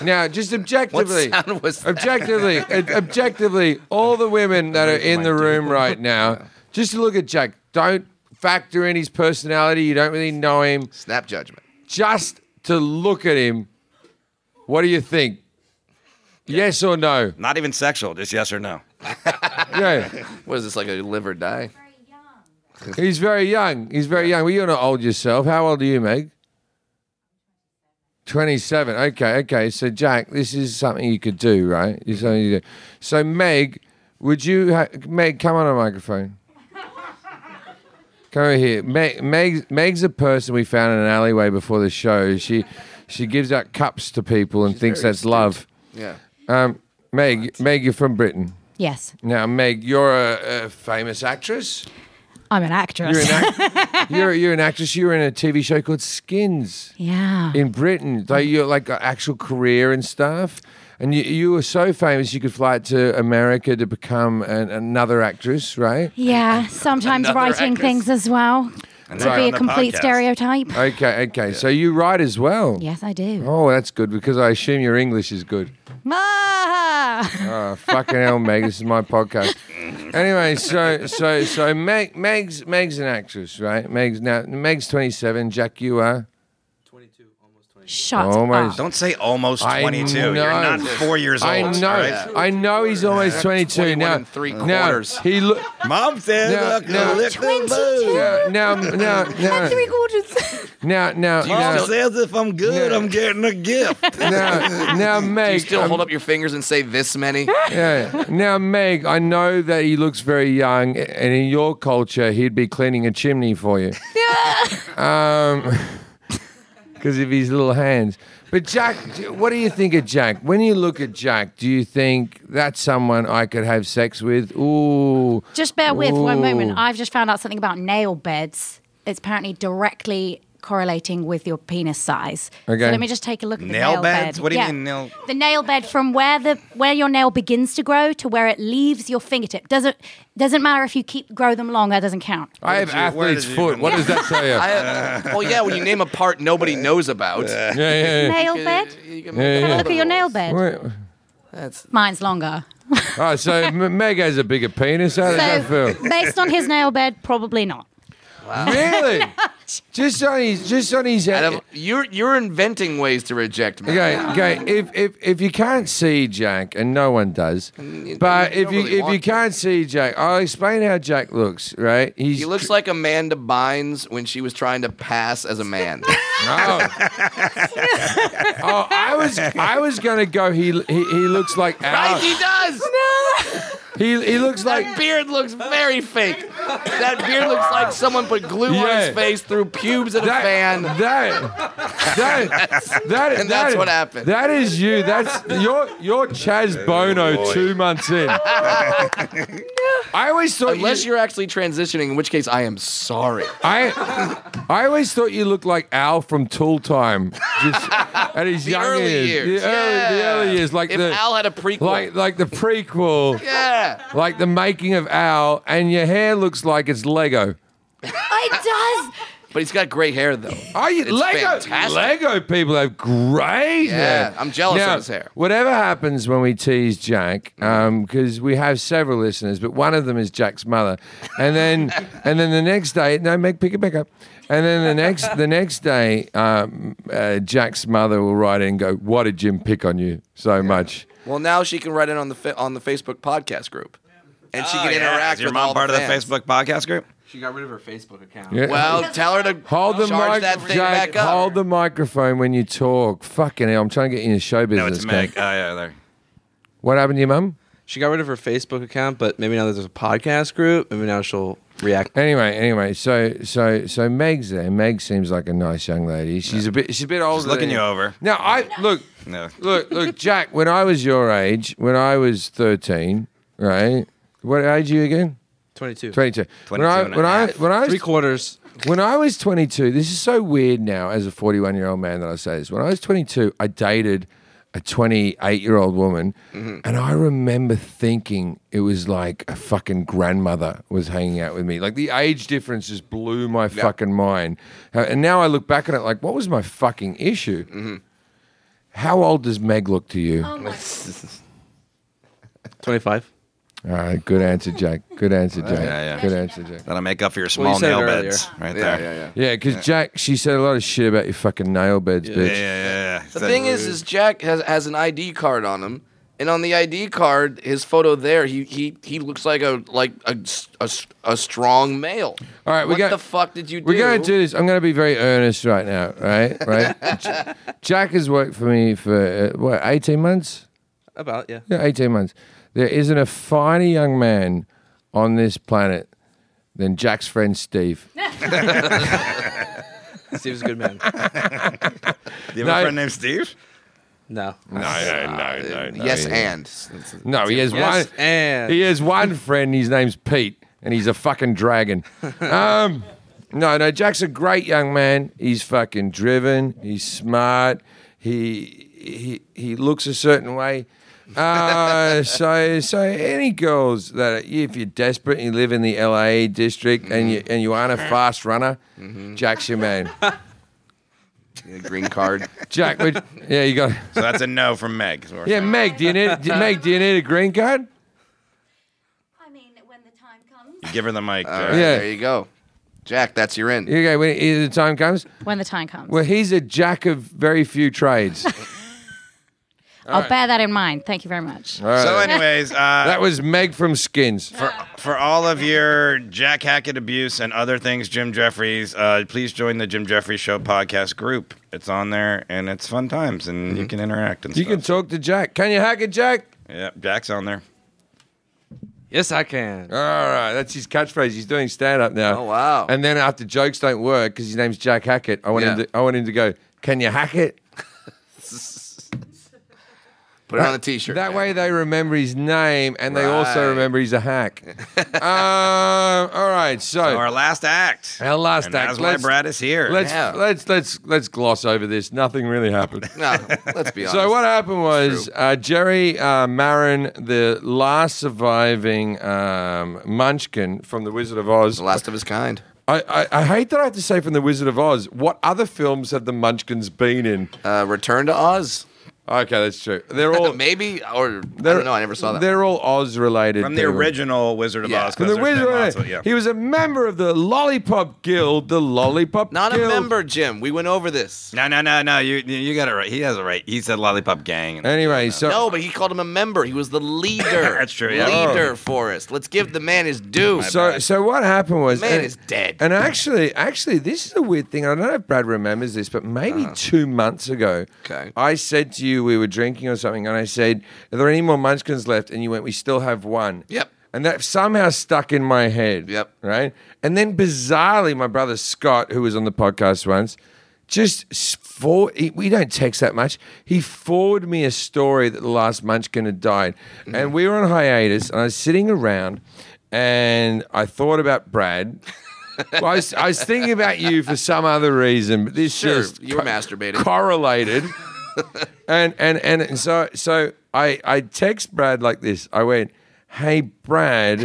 you. Now, just objectively,
sound was that?
objectively, ob- objectively, all the women that are in the room right now, just look at Jack. Don't factor in his personality. You don't really know him.
Snap judgment.
Just to look at him, what do you think? Yes or no?
Not even sexual, just yes or no.
Yeah.
What is this like a live or die?
He's very young. He's very young. Well, you're not old yourself. How old are you, Meg? 27. Okay, okay. So, Jack, this is something you could do, right? It's something you do. So, Meg, would you, ha- Meg, come on a microphone. Come over here. Meg, Meg, Meg's a person we found in an alleyway before the show. She, she gives out cups to people and thinks that's love.
Yeah.
Um, Meg, Meg, you're from Britain.
Yes,
Now, Meg, you're a, a famous actress.
I'm an actress.
You're an, act- you're, you're an actress. You were in a TV show called Skins
yeah.
in Britain. Like you like an actual career and stuff. And you, you were so famous, you could fly to America to become an, another actress, right?
yeah, sometimes
Another
writing
actress.
things as well
And
to
they're
be
on
a
the
complete
podcast.
stereotype.
Okay, okay. So you write as well.
Yes, I do.
Oh, that's good because I assume your English is good.
Ah!
Oh, fucking hell, Meg. This is my podcast. Anyway, so so so Meg, Meg's Meg's an actress, right? Meg's now Meg's twenty seven. Jack, you are.
Shut
Oh, my-
up.
Don't say almost
I
22. You're
know.
not four years old.
I know.
all right?
I know he's almost 22
21
now.
and three
now,
quarters.
He look
Mom said,
No,
look,
no.
look, look, look.
now now now now
Three quarters.
now now
Mom
now,
says if I'm good,
No.
I'm getting a gift.
now, now Meg.
You still
um,
hold up your fingers and say this
*laughs*
many?
yeah. Now Meg, I know that he looks very young, and in your culture, he'd be cleaning a chimney for you. Yeah. *laughs* Um, *laughs* because of his little hands. But Jack, d- what do you think of Jack? When you look at Jack, do you think that's someone I could have sex with? Ooh.
Just bear with one moment.
Ooh.
I've just found out something about nail beds. It's apparently directly correlating with your penis size.
Okay.
So let me just take a look at the
Nail
nail,
beds?
bed.
What do you mean nail-
The nail bed from where the where your nail begins to grow to where it leaves your fingertip. Doesn't doesn't matter if you keep grow them long. That doesn't count.
I have
did you- where
athlete's
did you
foot.
even-
What does that say?
*laughs* I
Yeah,
have, well, yeah, when you name a part nobody knows about.
yeah, yeah.
Nail
you-
bed.
you can
Yeah,
make
yeah.
up
Look at your nail
holes.
bed.
Wait.
Mine's longer.
Oh, so M- Meg has a bigger penis. How does that
So
feel?
based on his nail bed, probably not.
Really? just on his, just on his head.
Adam, you're you're inventing ways to reject me.
Okay, okay. If, if if you can't see Jack, and no one does, but
you
if
don't
you
really
if you
want to.
can't see Jack, I'll explain how Jack looks. Right? He's
He looks like Amanda Bynes when she was trying to pass as
*laughs*
a man.
*laughs*
*laughs*
Oh. oh, I was I was gonna go. He he, he looks like
right,
Al.
he *laughs* does.
He he looks like
That beard looks very fake. That beard looks like someone put glue on
Yeah.
his face, threw pubes at
*laughs*
a
that,
fan.
That, that, that,
And
that-
that's what happened.
That is you.
*laughs*
That's you're you're Chaz Bono two months in. I always thought
unless you, are actually transitioning, in which case I am
*laughs*
sorry.
I I always thought you looked like Al from Tool Time, just at his
*laughs* The
young
early years,
The, early, the
yeah.
early years, like
If
the,
Al had a prequel.
like like the prequel,
*laughs* yeah,
like the making of Al, and your hair looks like it's Lego.
It does.
but he's got great hair though.
Are you
It's
Lego?
fantastic.
Lego people have great
Yeah,
hair.
I'm jealous of
Now,
his hair. Mm.
Whatever happens when we tease Jack, because we have several listeners, but one of them is Jack's mother, and
*laughs*
then and then the next day, no, make pick it back up, and then the next the next day, um, uh, Jack's mother will write in and go, "Why did Jim pick on you so much?"
Well, now she can write in on the fa- on the Facebook podcast group, and she
Oh,
can
yeah.
interact
Is your
with
mom
all
part
the
of the
fans.
Facebook podcast group?
She got rid of her Facebook account.
Yeah.
Well, tell her to
Hold the
charge
mic,
that thing
Jack.
back up.
Hold the microphone when you talk. Fucking hell, I'm trying to get you in show business.
No, it's
Ken.
Meg. Oh, yeah, there.
What happened to your mum?
She got rid of her Facebook account, but maybe now that there's a podcast group, maybe now she'll react.
Anyway, anyway, so so so Meg's there. Meg seems like a nice young lady. She's a bit she's a bit older.
looking
than-
you over.
No, I look
No.
look look Jack. When I was your age, when I was thirteen, right? What age are you again?
22.
Twenty two. When
22
I
and a
when I
half.
when I was
Three quarters.
when I was 22, this is so weird now as a 41 year old man that I say this. When I was 22, I dated a 28 year old woman,
Mm-hmm.
and I remember thinking it was like a fucking grandmother was hanging out with me. Like the age difference just blew my fucking mind. Uh, And now I look back on it like, what was my fucking issue?
Mm-hmm.
How old does Meg look to you?
25.
All right, good answer, Jack. Good
*laughs*
answer, Jack.
yeah.
Good answer, Jack.
That'll make up for your
Well, you
small
said it
nail
earlier.
beds right
Yeah,
there.
yeah, yeah.
Yeah, because Jack, she said a lot of shit about your fucking nail beds, bitch.
Yeah, yeah, yeah.
The thing is, is Jack has, has an ID card on him, and on the ID card, his photo there, he he, he looks like a like a, s- a s- a strong male.
All right, we
what
got-
the fuck did you do?
We're going to do this. I'm going to be very earnest right now, right?
*laughs*
Right. J- Jack has worked for me for, uh, what, 18 months?
About, yeah.
Yeah, 18 months. There isn't a finer young man on this planet than Jack's friend Steve.
Steve's a good man.
Do you have
No.
a friend named Steve?
No.
No,
Ah,
no, no,
*laughs* Yes, and
No, he has
Yes,
one.
and-
he has one friend. His name's Pete, and he's a
*laughs*
fucking dragon. Um, no, no, Jack's a great young man. He's fucking driven. He's smart. He he he looks a certain way.
*laughs*
Uh, so so any girls that are, if you're desperate and you live in the LA district and you and you aren't a fast runner,
Mm-hmm.
Jack's
*laughs*
your man.
Yeah, green card.
Jack, would- yeah, you got
So that's a no from Meg. So we're-
yeah. Meg, do you need Meg? Do you need a green card?
I mean, when the time comes.
Give her the mic.
All
Jack.
right,
Yeah.
there you go, Jack. That's your in.
You go when the time comes.
When the time comes.
Well, he's a jack of very few trades.
*laughs*
I'll bear that in mind. Thank you very much.
All right.
So, anyways, uh,
that was Meg from Skins.
for, for all of your Jack Hackett abuse and other things, Jim Jeffries, uh, please join the Jim Jeffries Show podcast group. It's on there and it's fun times and you can interact and
You
stuff.
can talk to Jack. Can you hack it, Jack?
yeah, Jack's on there.
Yes, I can.
All right, that's his catchphrase. He's doing stand up now.
Oh, wow.
And then after jokes don't work because his name's Jack Hackett, I want him.
Yeah.
To, I want him to go. Can you hack
*laughs*
it?
Put it on a T-shirt.
That
Jack.
way they remember his name and they also
Right.
remember he's a
*laughs*
hack. um, all right,
So our
so.
last act.
Our last
and
act.
That's why
Let's-
Brad is here.
Let's,
Yeah.
let's let's let's gloss over this. Nothing really happened.
No, let's be honest.
*laughs* So what happened was uh, Jerry uh, Marin, the last surviving um, Munchkin from The Wizard of Oz.
The last of his kind.
I, I, I hate that I have to say from The Wizard of Oz. What other films have the Munchkins been in?
Uh, Return to Oz.
Okay, that's true. They're all
*laughs* Maybe or I
they're-
don't know. I never saw that.
They're all Oz related.
From the original Wizard of
Yeah.
Oz.
From
'cause
the
there's been
Wizard
lots
of
of-
Oz.
yeah.
He was a member of the Lollipop Guild. The Lollipop
Not a
Guild.
member, Jim. We went over this.
No, no, no, no. You you got it right. He has it right. He said Lollipop Gang.
Anyway, so
No, but he called him a member. He was the leader.
That's true, yeah.
Leader for us. Let's give the man his due.
So, so what happened was
Man
and-
is dead.
And actually, actually, this is a weird thing. I don't know if Brad remembers this, but maybe two months ago,
Uh-huh. Okay.
I said to you we were drinking or something, and I said, "Are there any more Munchkins left?" And you went, "We still have one."
Yep.
And that somehow stuck in my head.
Yep.
Right. And then bizarrely, my brother Scott, who was on the podcast once, just s- for he- we don't text that much. He forwarded me a story that the last Munchkin had died, and we were on hiatus, and I was sitting around, and I thought about Brad. well, I was, I was thinking about you for some other reason, but this
Sure,
just
you were masturbating.
correlated, and and and so so I I text Brad like this. I went, "Hey Brad,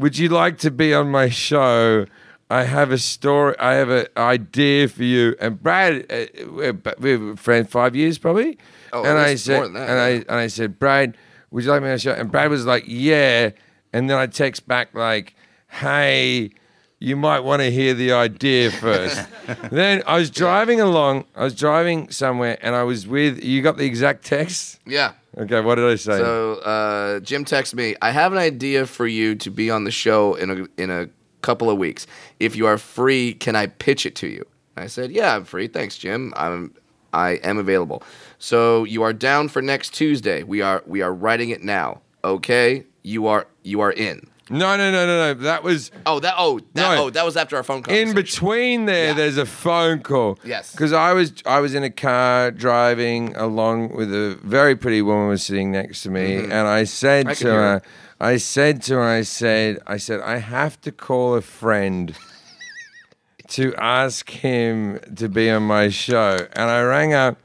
would you like to be on my show?" I have a story. I have an idea for you. And Brad, uh, we're, we were friends five years probably.
Oh,
and
at
I
least
said,
more than that,
and I and I said, Brad, would you like me on the show? And Brad was like, yeah. And then I text back like, hey, you might want to hear the idea
*laughs*
first. then I was driving along. I was driving somewhere, and I was with. You got the exact text.
Yeah.
Okay, what did I say?
So uh, Jim texts me. I have an idea for you to be on the show in a in a couple of weeks. If you are free, can I pitch it to you? I said, Yeah, I'm free. Thanks, Jim. I'm I am available. So you are down for next Tuesday. We are we are writing it now. Okay, you are you are in.
no, no, no, no, no. That was
Oh that oh that
No.
oh that was after our phone call.
in between there. There's a phone call.
Yes.
because I was I was in a car driving along with a very pretty woman was sitting next to me,
Mhm.
and I said
I can
to
hear
her,
it.
I said to her, I said, I said, I have to call a friend to ask him to be on my show, and I rang up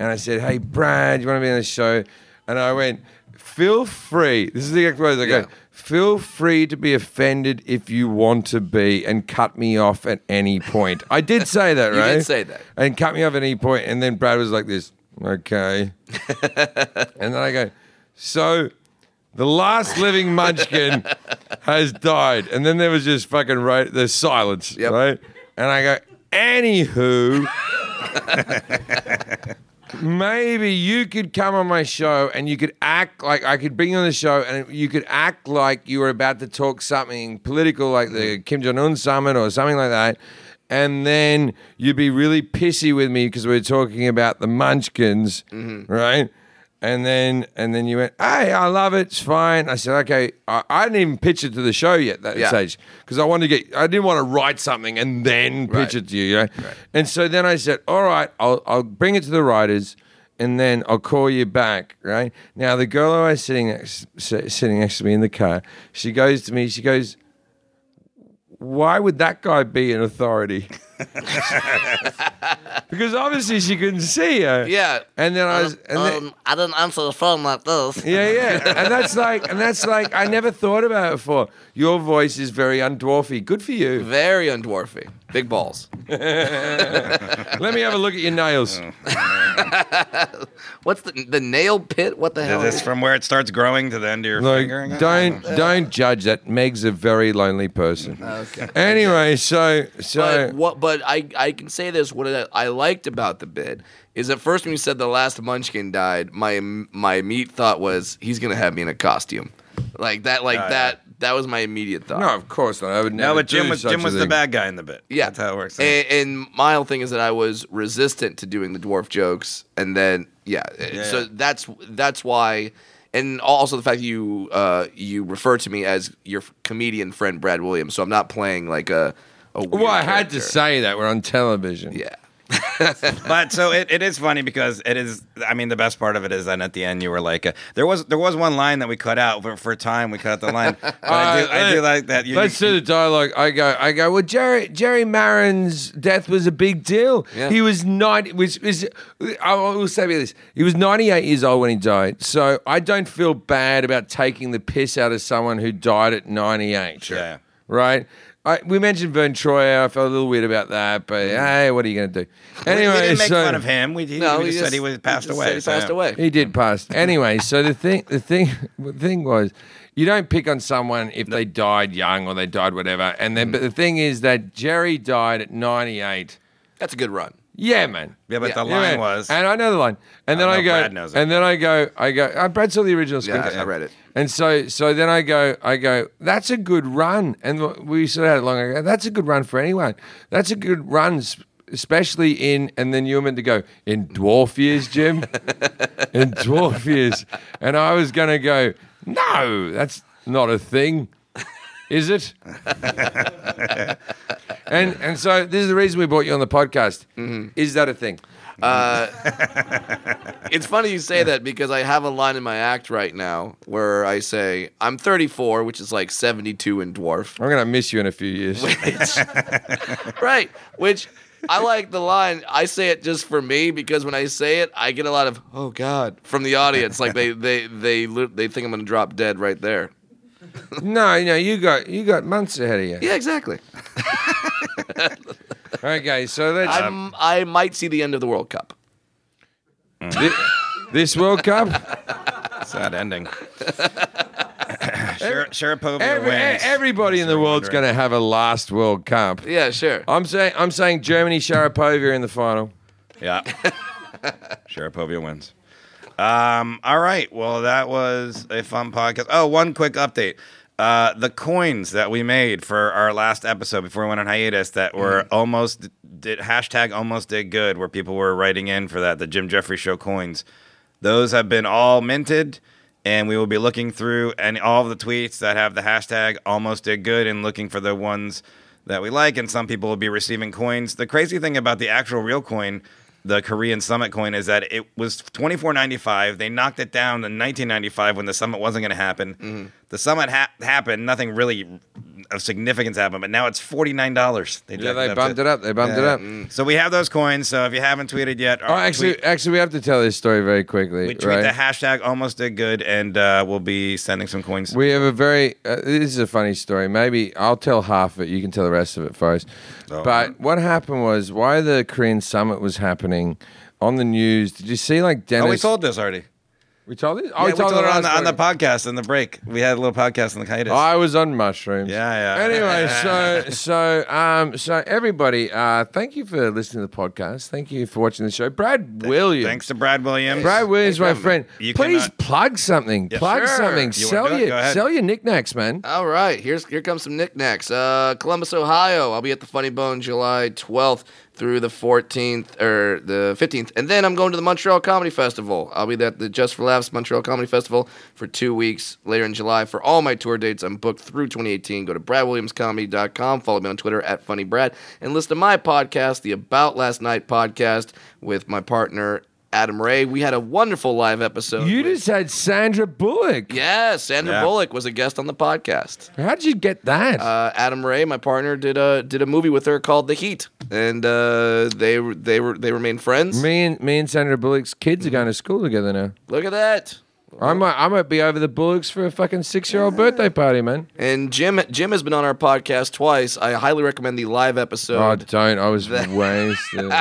and I said, Hey Brad, you want to be on the show? And I went, Feel free. This is the exact words I go. Feel free to be offended if you want to be, and cut me off at any point. I
*laughs*
did say that,
You
right?
did say that.
and cut me off at any point. And then Brad was like this,
*laughs*
okay. and then I go, so the last living munchkin has died. And then there was just fucking right, there's silence, right? And I go, anywho. Maybe you could come on my show and you could act like I could bring you on the show and you could act like you were about to talk something political, like the Kim Jong Un summit or something like that. And then you'd be really pissy with me because we were talking about the Munchkins, right? And then and then you went, hey, I love it. It's fine. I said, okay. I, I didn't even pitch it to the show yet that
Yeah.
stage because I wanted to get. I didn't want to write something and then pitch
Right.
it to you. you know? And so then I said, all right, I'll I'll bring it to the writers, and then I'll call you back. Right now, the girl who I was sitting next, si- sitting next to me in the car, she goes to me. She goes, why would that guy be an authority? *laughs* because obviously she couldn't see her.
Yeah. Um,
And then I was. And then,
I didn't answer the phone like this.
yeah,
*laughs*
yeah. And that's like, and that's like, I never thought about it before. Your voice is very undwarfy. Good for you.
Very undwarfy. Big balls.
Let me have a look at your nails.
What's the the nail pit? What the hell?
Is this from where it starts growing to the end of your
Like,
finger? again?
don't don't judge that. Meg's a very lonely person.
Okay.
Anyway, so so
but what? But I I can say this. What I, I liked about the bit is at first when you said the last Munchkin died, my my immediate thought was he's gonna have me in a costume, like that, like
Yeah,
that. That was my immediate thought.
no, of course not. I would never.
No, but Jim
do
was
such
Jim
a
was the
thing. Eh.
bad guy in the bit.
Yeah,
that's how it works.
And, and my whole thing is that I was resistant to doing the dwarf jokes, and then yeah, eh,
Yeah,
so
yeah.
that's that's why, and also the fact that you uh, you refer to me as your comedian friend Brad Williams, so I'm not playing like a. a weird
Well, I had to
character.
say that we're on television.
yeah.
but so it, it is funny because it is i mean the best part of it is then at the end you were like uh, there was there was one line that we cut out but for time we cut out
*laughs*
the line but I,
All
do,
right,
I do
let-
like that you,
Let's do the dialogue. I go, I go. Well, Jerry Jerry Marin's death was a big deal.
Yeah.
He was ninety. Was, was I will say about this. He was ninety eight years old when he died. So I don't feel bad about taking the piss out of someone who died at ninety eight.
Yeah.
Right. I, we mentioned Vern Troyer. I felt a little weird about that, but hey, what are you going to do? Anyway,
we, we Mm. didn't make
so-
fun of him we, he,
No,
we
we
just,
just-
said he was
we
passed
just
away
said he
so,
passed
yeah.
away.
He did pass. Anyway, so the thing, the thing, *laughs* the thing was, you don't pick on someone if they died young or they died whatever. And
Mm.
then, but the thing is that Jerry died at ninety eight.
That's a good run.
Yeah, man.
yeah but
Yeah.
the
Yeah,
line
man.
was
and I know the line, and then
I
I,
know
go,
Brad knows it.
and then I go, I go. Uh, Brad saw the original
Yeah,
script,
I,
*laughs*
I read it.
and so, so then I go, I go. That's a good run, and we sort of had it long ago. That's a good run for anyone. That's a good run, s- especially in. And then you were meant to go in dwarf years, Jim, in dwarf years, and I was going to go. No, that's not a thing, is it? and and so this is the reason we brought you on the podcast. Is that a thing?
Uh, it's funny you say that because I have a line in my act right now where I say, I'm 34, which is like 72 in
*laughs*
dwarf.
I'm gonna miss you in a few years.
right. Which I like the line. I say it just for me because when I say it, I get a lot of "Oh God" from the audience. Like they they they li- they think I'm gonna drop dead right there.
no, no, you got you got months ahead of you.
*laughs*
Yeah, exactly.
Okay, so that's
I'm,
Um,
I might see the end of the World Cup.
this, World Cup.
*laughs* Sad ending. Shar- Sharapova
Every- e,
wins.
everybody in the world's going to have a last World Cup.
Yeah, sure.
I'm saying I'm saying Germany Sharapova in the final.
Yeah. Sharapova wins. Um, all right. Well, that was a fun podcast. Oh, one quick update. Uh, the coins that we made for our last episode before we went on hiatus that were almost did hashtag almost did good, where people were writing in for that, the Jim Jeffrey Show coins. Those have been all minted, and we will be looking through and all of the tweets that have the hashtag almost did good and looking for the ones that we like. And some people will be receiving coins. The crazy thing about the actual real coin, the Korean Summit coin, is that it was twenty four ninety five. They knocked it down to nineteen ninety five when the summit wasn't going to happen.
Mm-hmm.
The summit ha- happened. Nothing really of significance happened, but now it's forty nine dollars.
Yeah, they bumped it up. They bumped it up.
So we have those coins. So if you haven't tweeted yet,
Oh, actually,
tweet-
actually, we have to tell this story very quickly.
we tweet
right?
the hashtag almost did good, and uh, we'll be sending some coins.
We have a very. Uh, this is a funny story. Maybe I'll tell half of it. You can tell the rest of it first.
Oh.
But what happened was, why the Korean summit was happening on the news? Did you see like Dennis?
oh, we told this already.
We told this.
Oh, we told, it on the,
last
on the
podcast.
podcast in the break. We had a little podcast in the hiatus.
I was on mushrooms.
Yeah, yeah. *laughs*
Anyway, so so um so everybody, uh, thank you for listening to the podcast. Thank you for watching the show, Brad Williams.
thanks to Brad Williams.
Brad Williams, my friend.
You
Please
cannot-
plug something.
Yeah,
plug
sure.
something.
You wanna do
sell
it? Go
your
ahead.
sell your knickknacks, man.
All right, here's here comes some knickknacks. Uh, Columbus, Ohio. I'll be at the Funny Bone July 12th through the 14th or the 15th, and then I'm going to the Montreal Comedy Festival. I'll be at the Just for Laughs Montreal Comedy Festival for two weeks later in July. For all my tour dates, I'm booked through 2018. Go to bradwilliamscomedy.com. Follow me on Twitter at funnybrad, and listen to my podcast, the About Last Night podcast, with my partner Adam Ray. We had a wonderful live episode.
You just had Sandra Bullock.
Yes, Sandra
Yeah.
Bullock was a guest on the podcast.
How'd you get that?
Uh, Adam Ray, my partner, did a did a movie with her called The Heat, and uh, they were they were they remain friends.
Me and me and Sandra Bullock's kids are
Mm-hmm.
going to school together now.
Look at that.
I might I might be over the Bullocks for a fucking six year old birthday party, man.
And Jim Jim has been on our podcast twice. I highly recommend the live episode.
oh, don't. I
*laughs*
was wasted.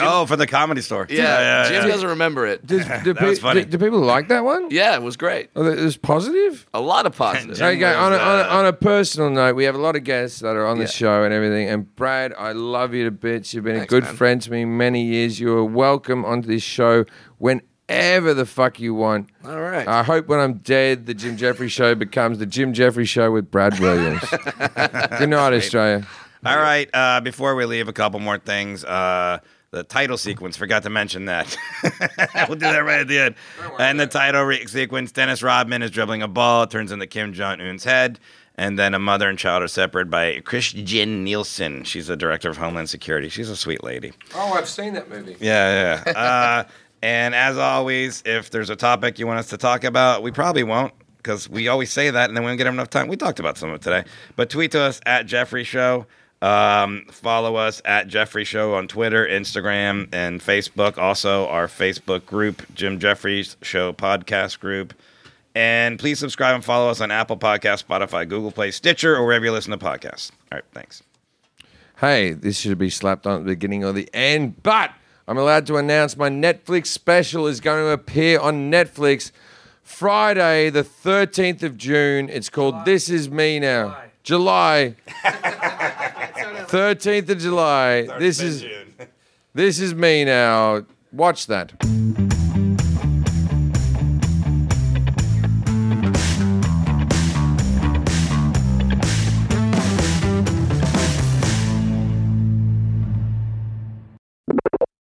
oh, from the comedy store.
yeah, Jim doesn't remember it.
Does- do, pe- do- do people like that one?
yeah, it was great.
Oh, that- it was positive.
A lot *laughs* of positive.
Okay, on a, on, a, on a personal note, we have a lot of guests that are on the
Yeah.
show and everything. And Brad, I love you to bits. You've been
Thanks,
a good
man.
friend to me many years. You are welcome onto this show whenever the fuck you want.
All right.
I hope when I'm dead, the Jim Jeffrey Show becomes the Jim Jeffrey Show with Brad Williams. good night, Australia.
All right. Uh, before we leave, a couple more things. Uh, the title sequence, forgot to mention that. *laughs* we'll do that right at the end. And the title re- sequence Dennis Rodman is dribbling a ball, it turns into Kim Jong Un's head. And then a mother and child are separated by Christian Nielsen. She's the director of Homeland Security. She's a sweet lady.
Oh, I've seen that movie.
Yeah, yeah. uh, and as always, if there's a topic you want us to talk about, we probably won't because we always say that and then we don't get enough time. We talked about some of it today. But tweet to us at Jeffrey Show. Um, follow us at Jeffrey Show on Twitter, Instagram, and Facebook. Also, our Facebook group, Jim Jeffries Show Podcast Group. And please subscribe and follow us on Apple Podcasts, Spotify, Google Play, Stitcher, or wherever you listen to podcasts. All right, thanks.
hey, this should be slapped on at the beginning or the end, but I'm allowed to announce my Netflix special is going to appear on Netflix Friday, the 13th of June. It's called This Is Me Now. July. 13th of July. This is This is me now. Watch that.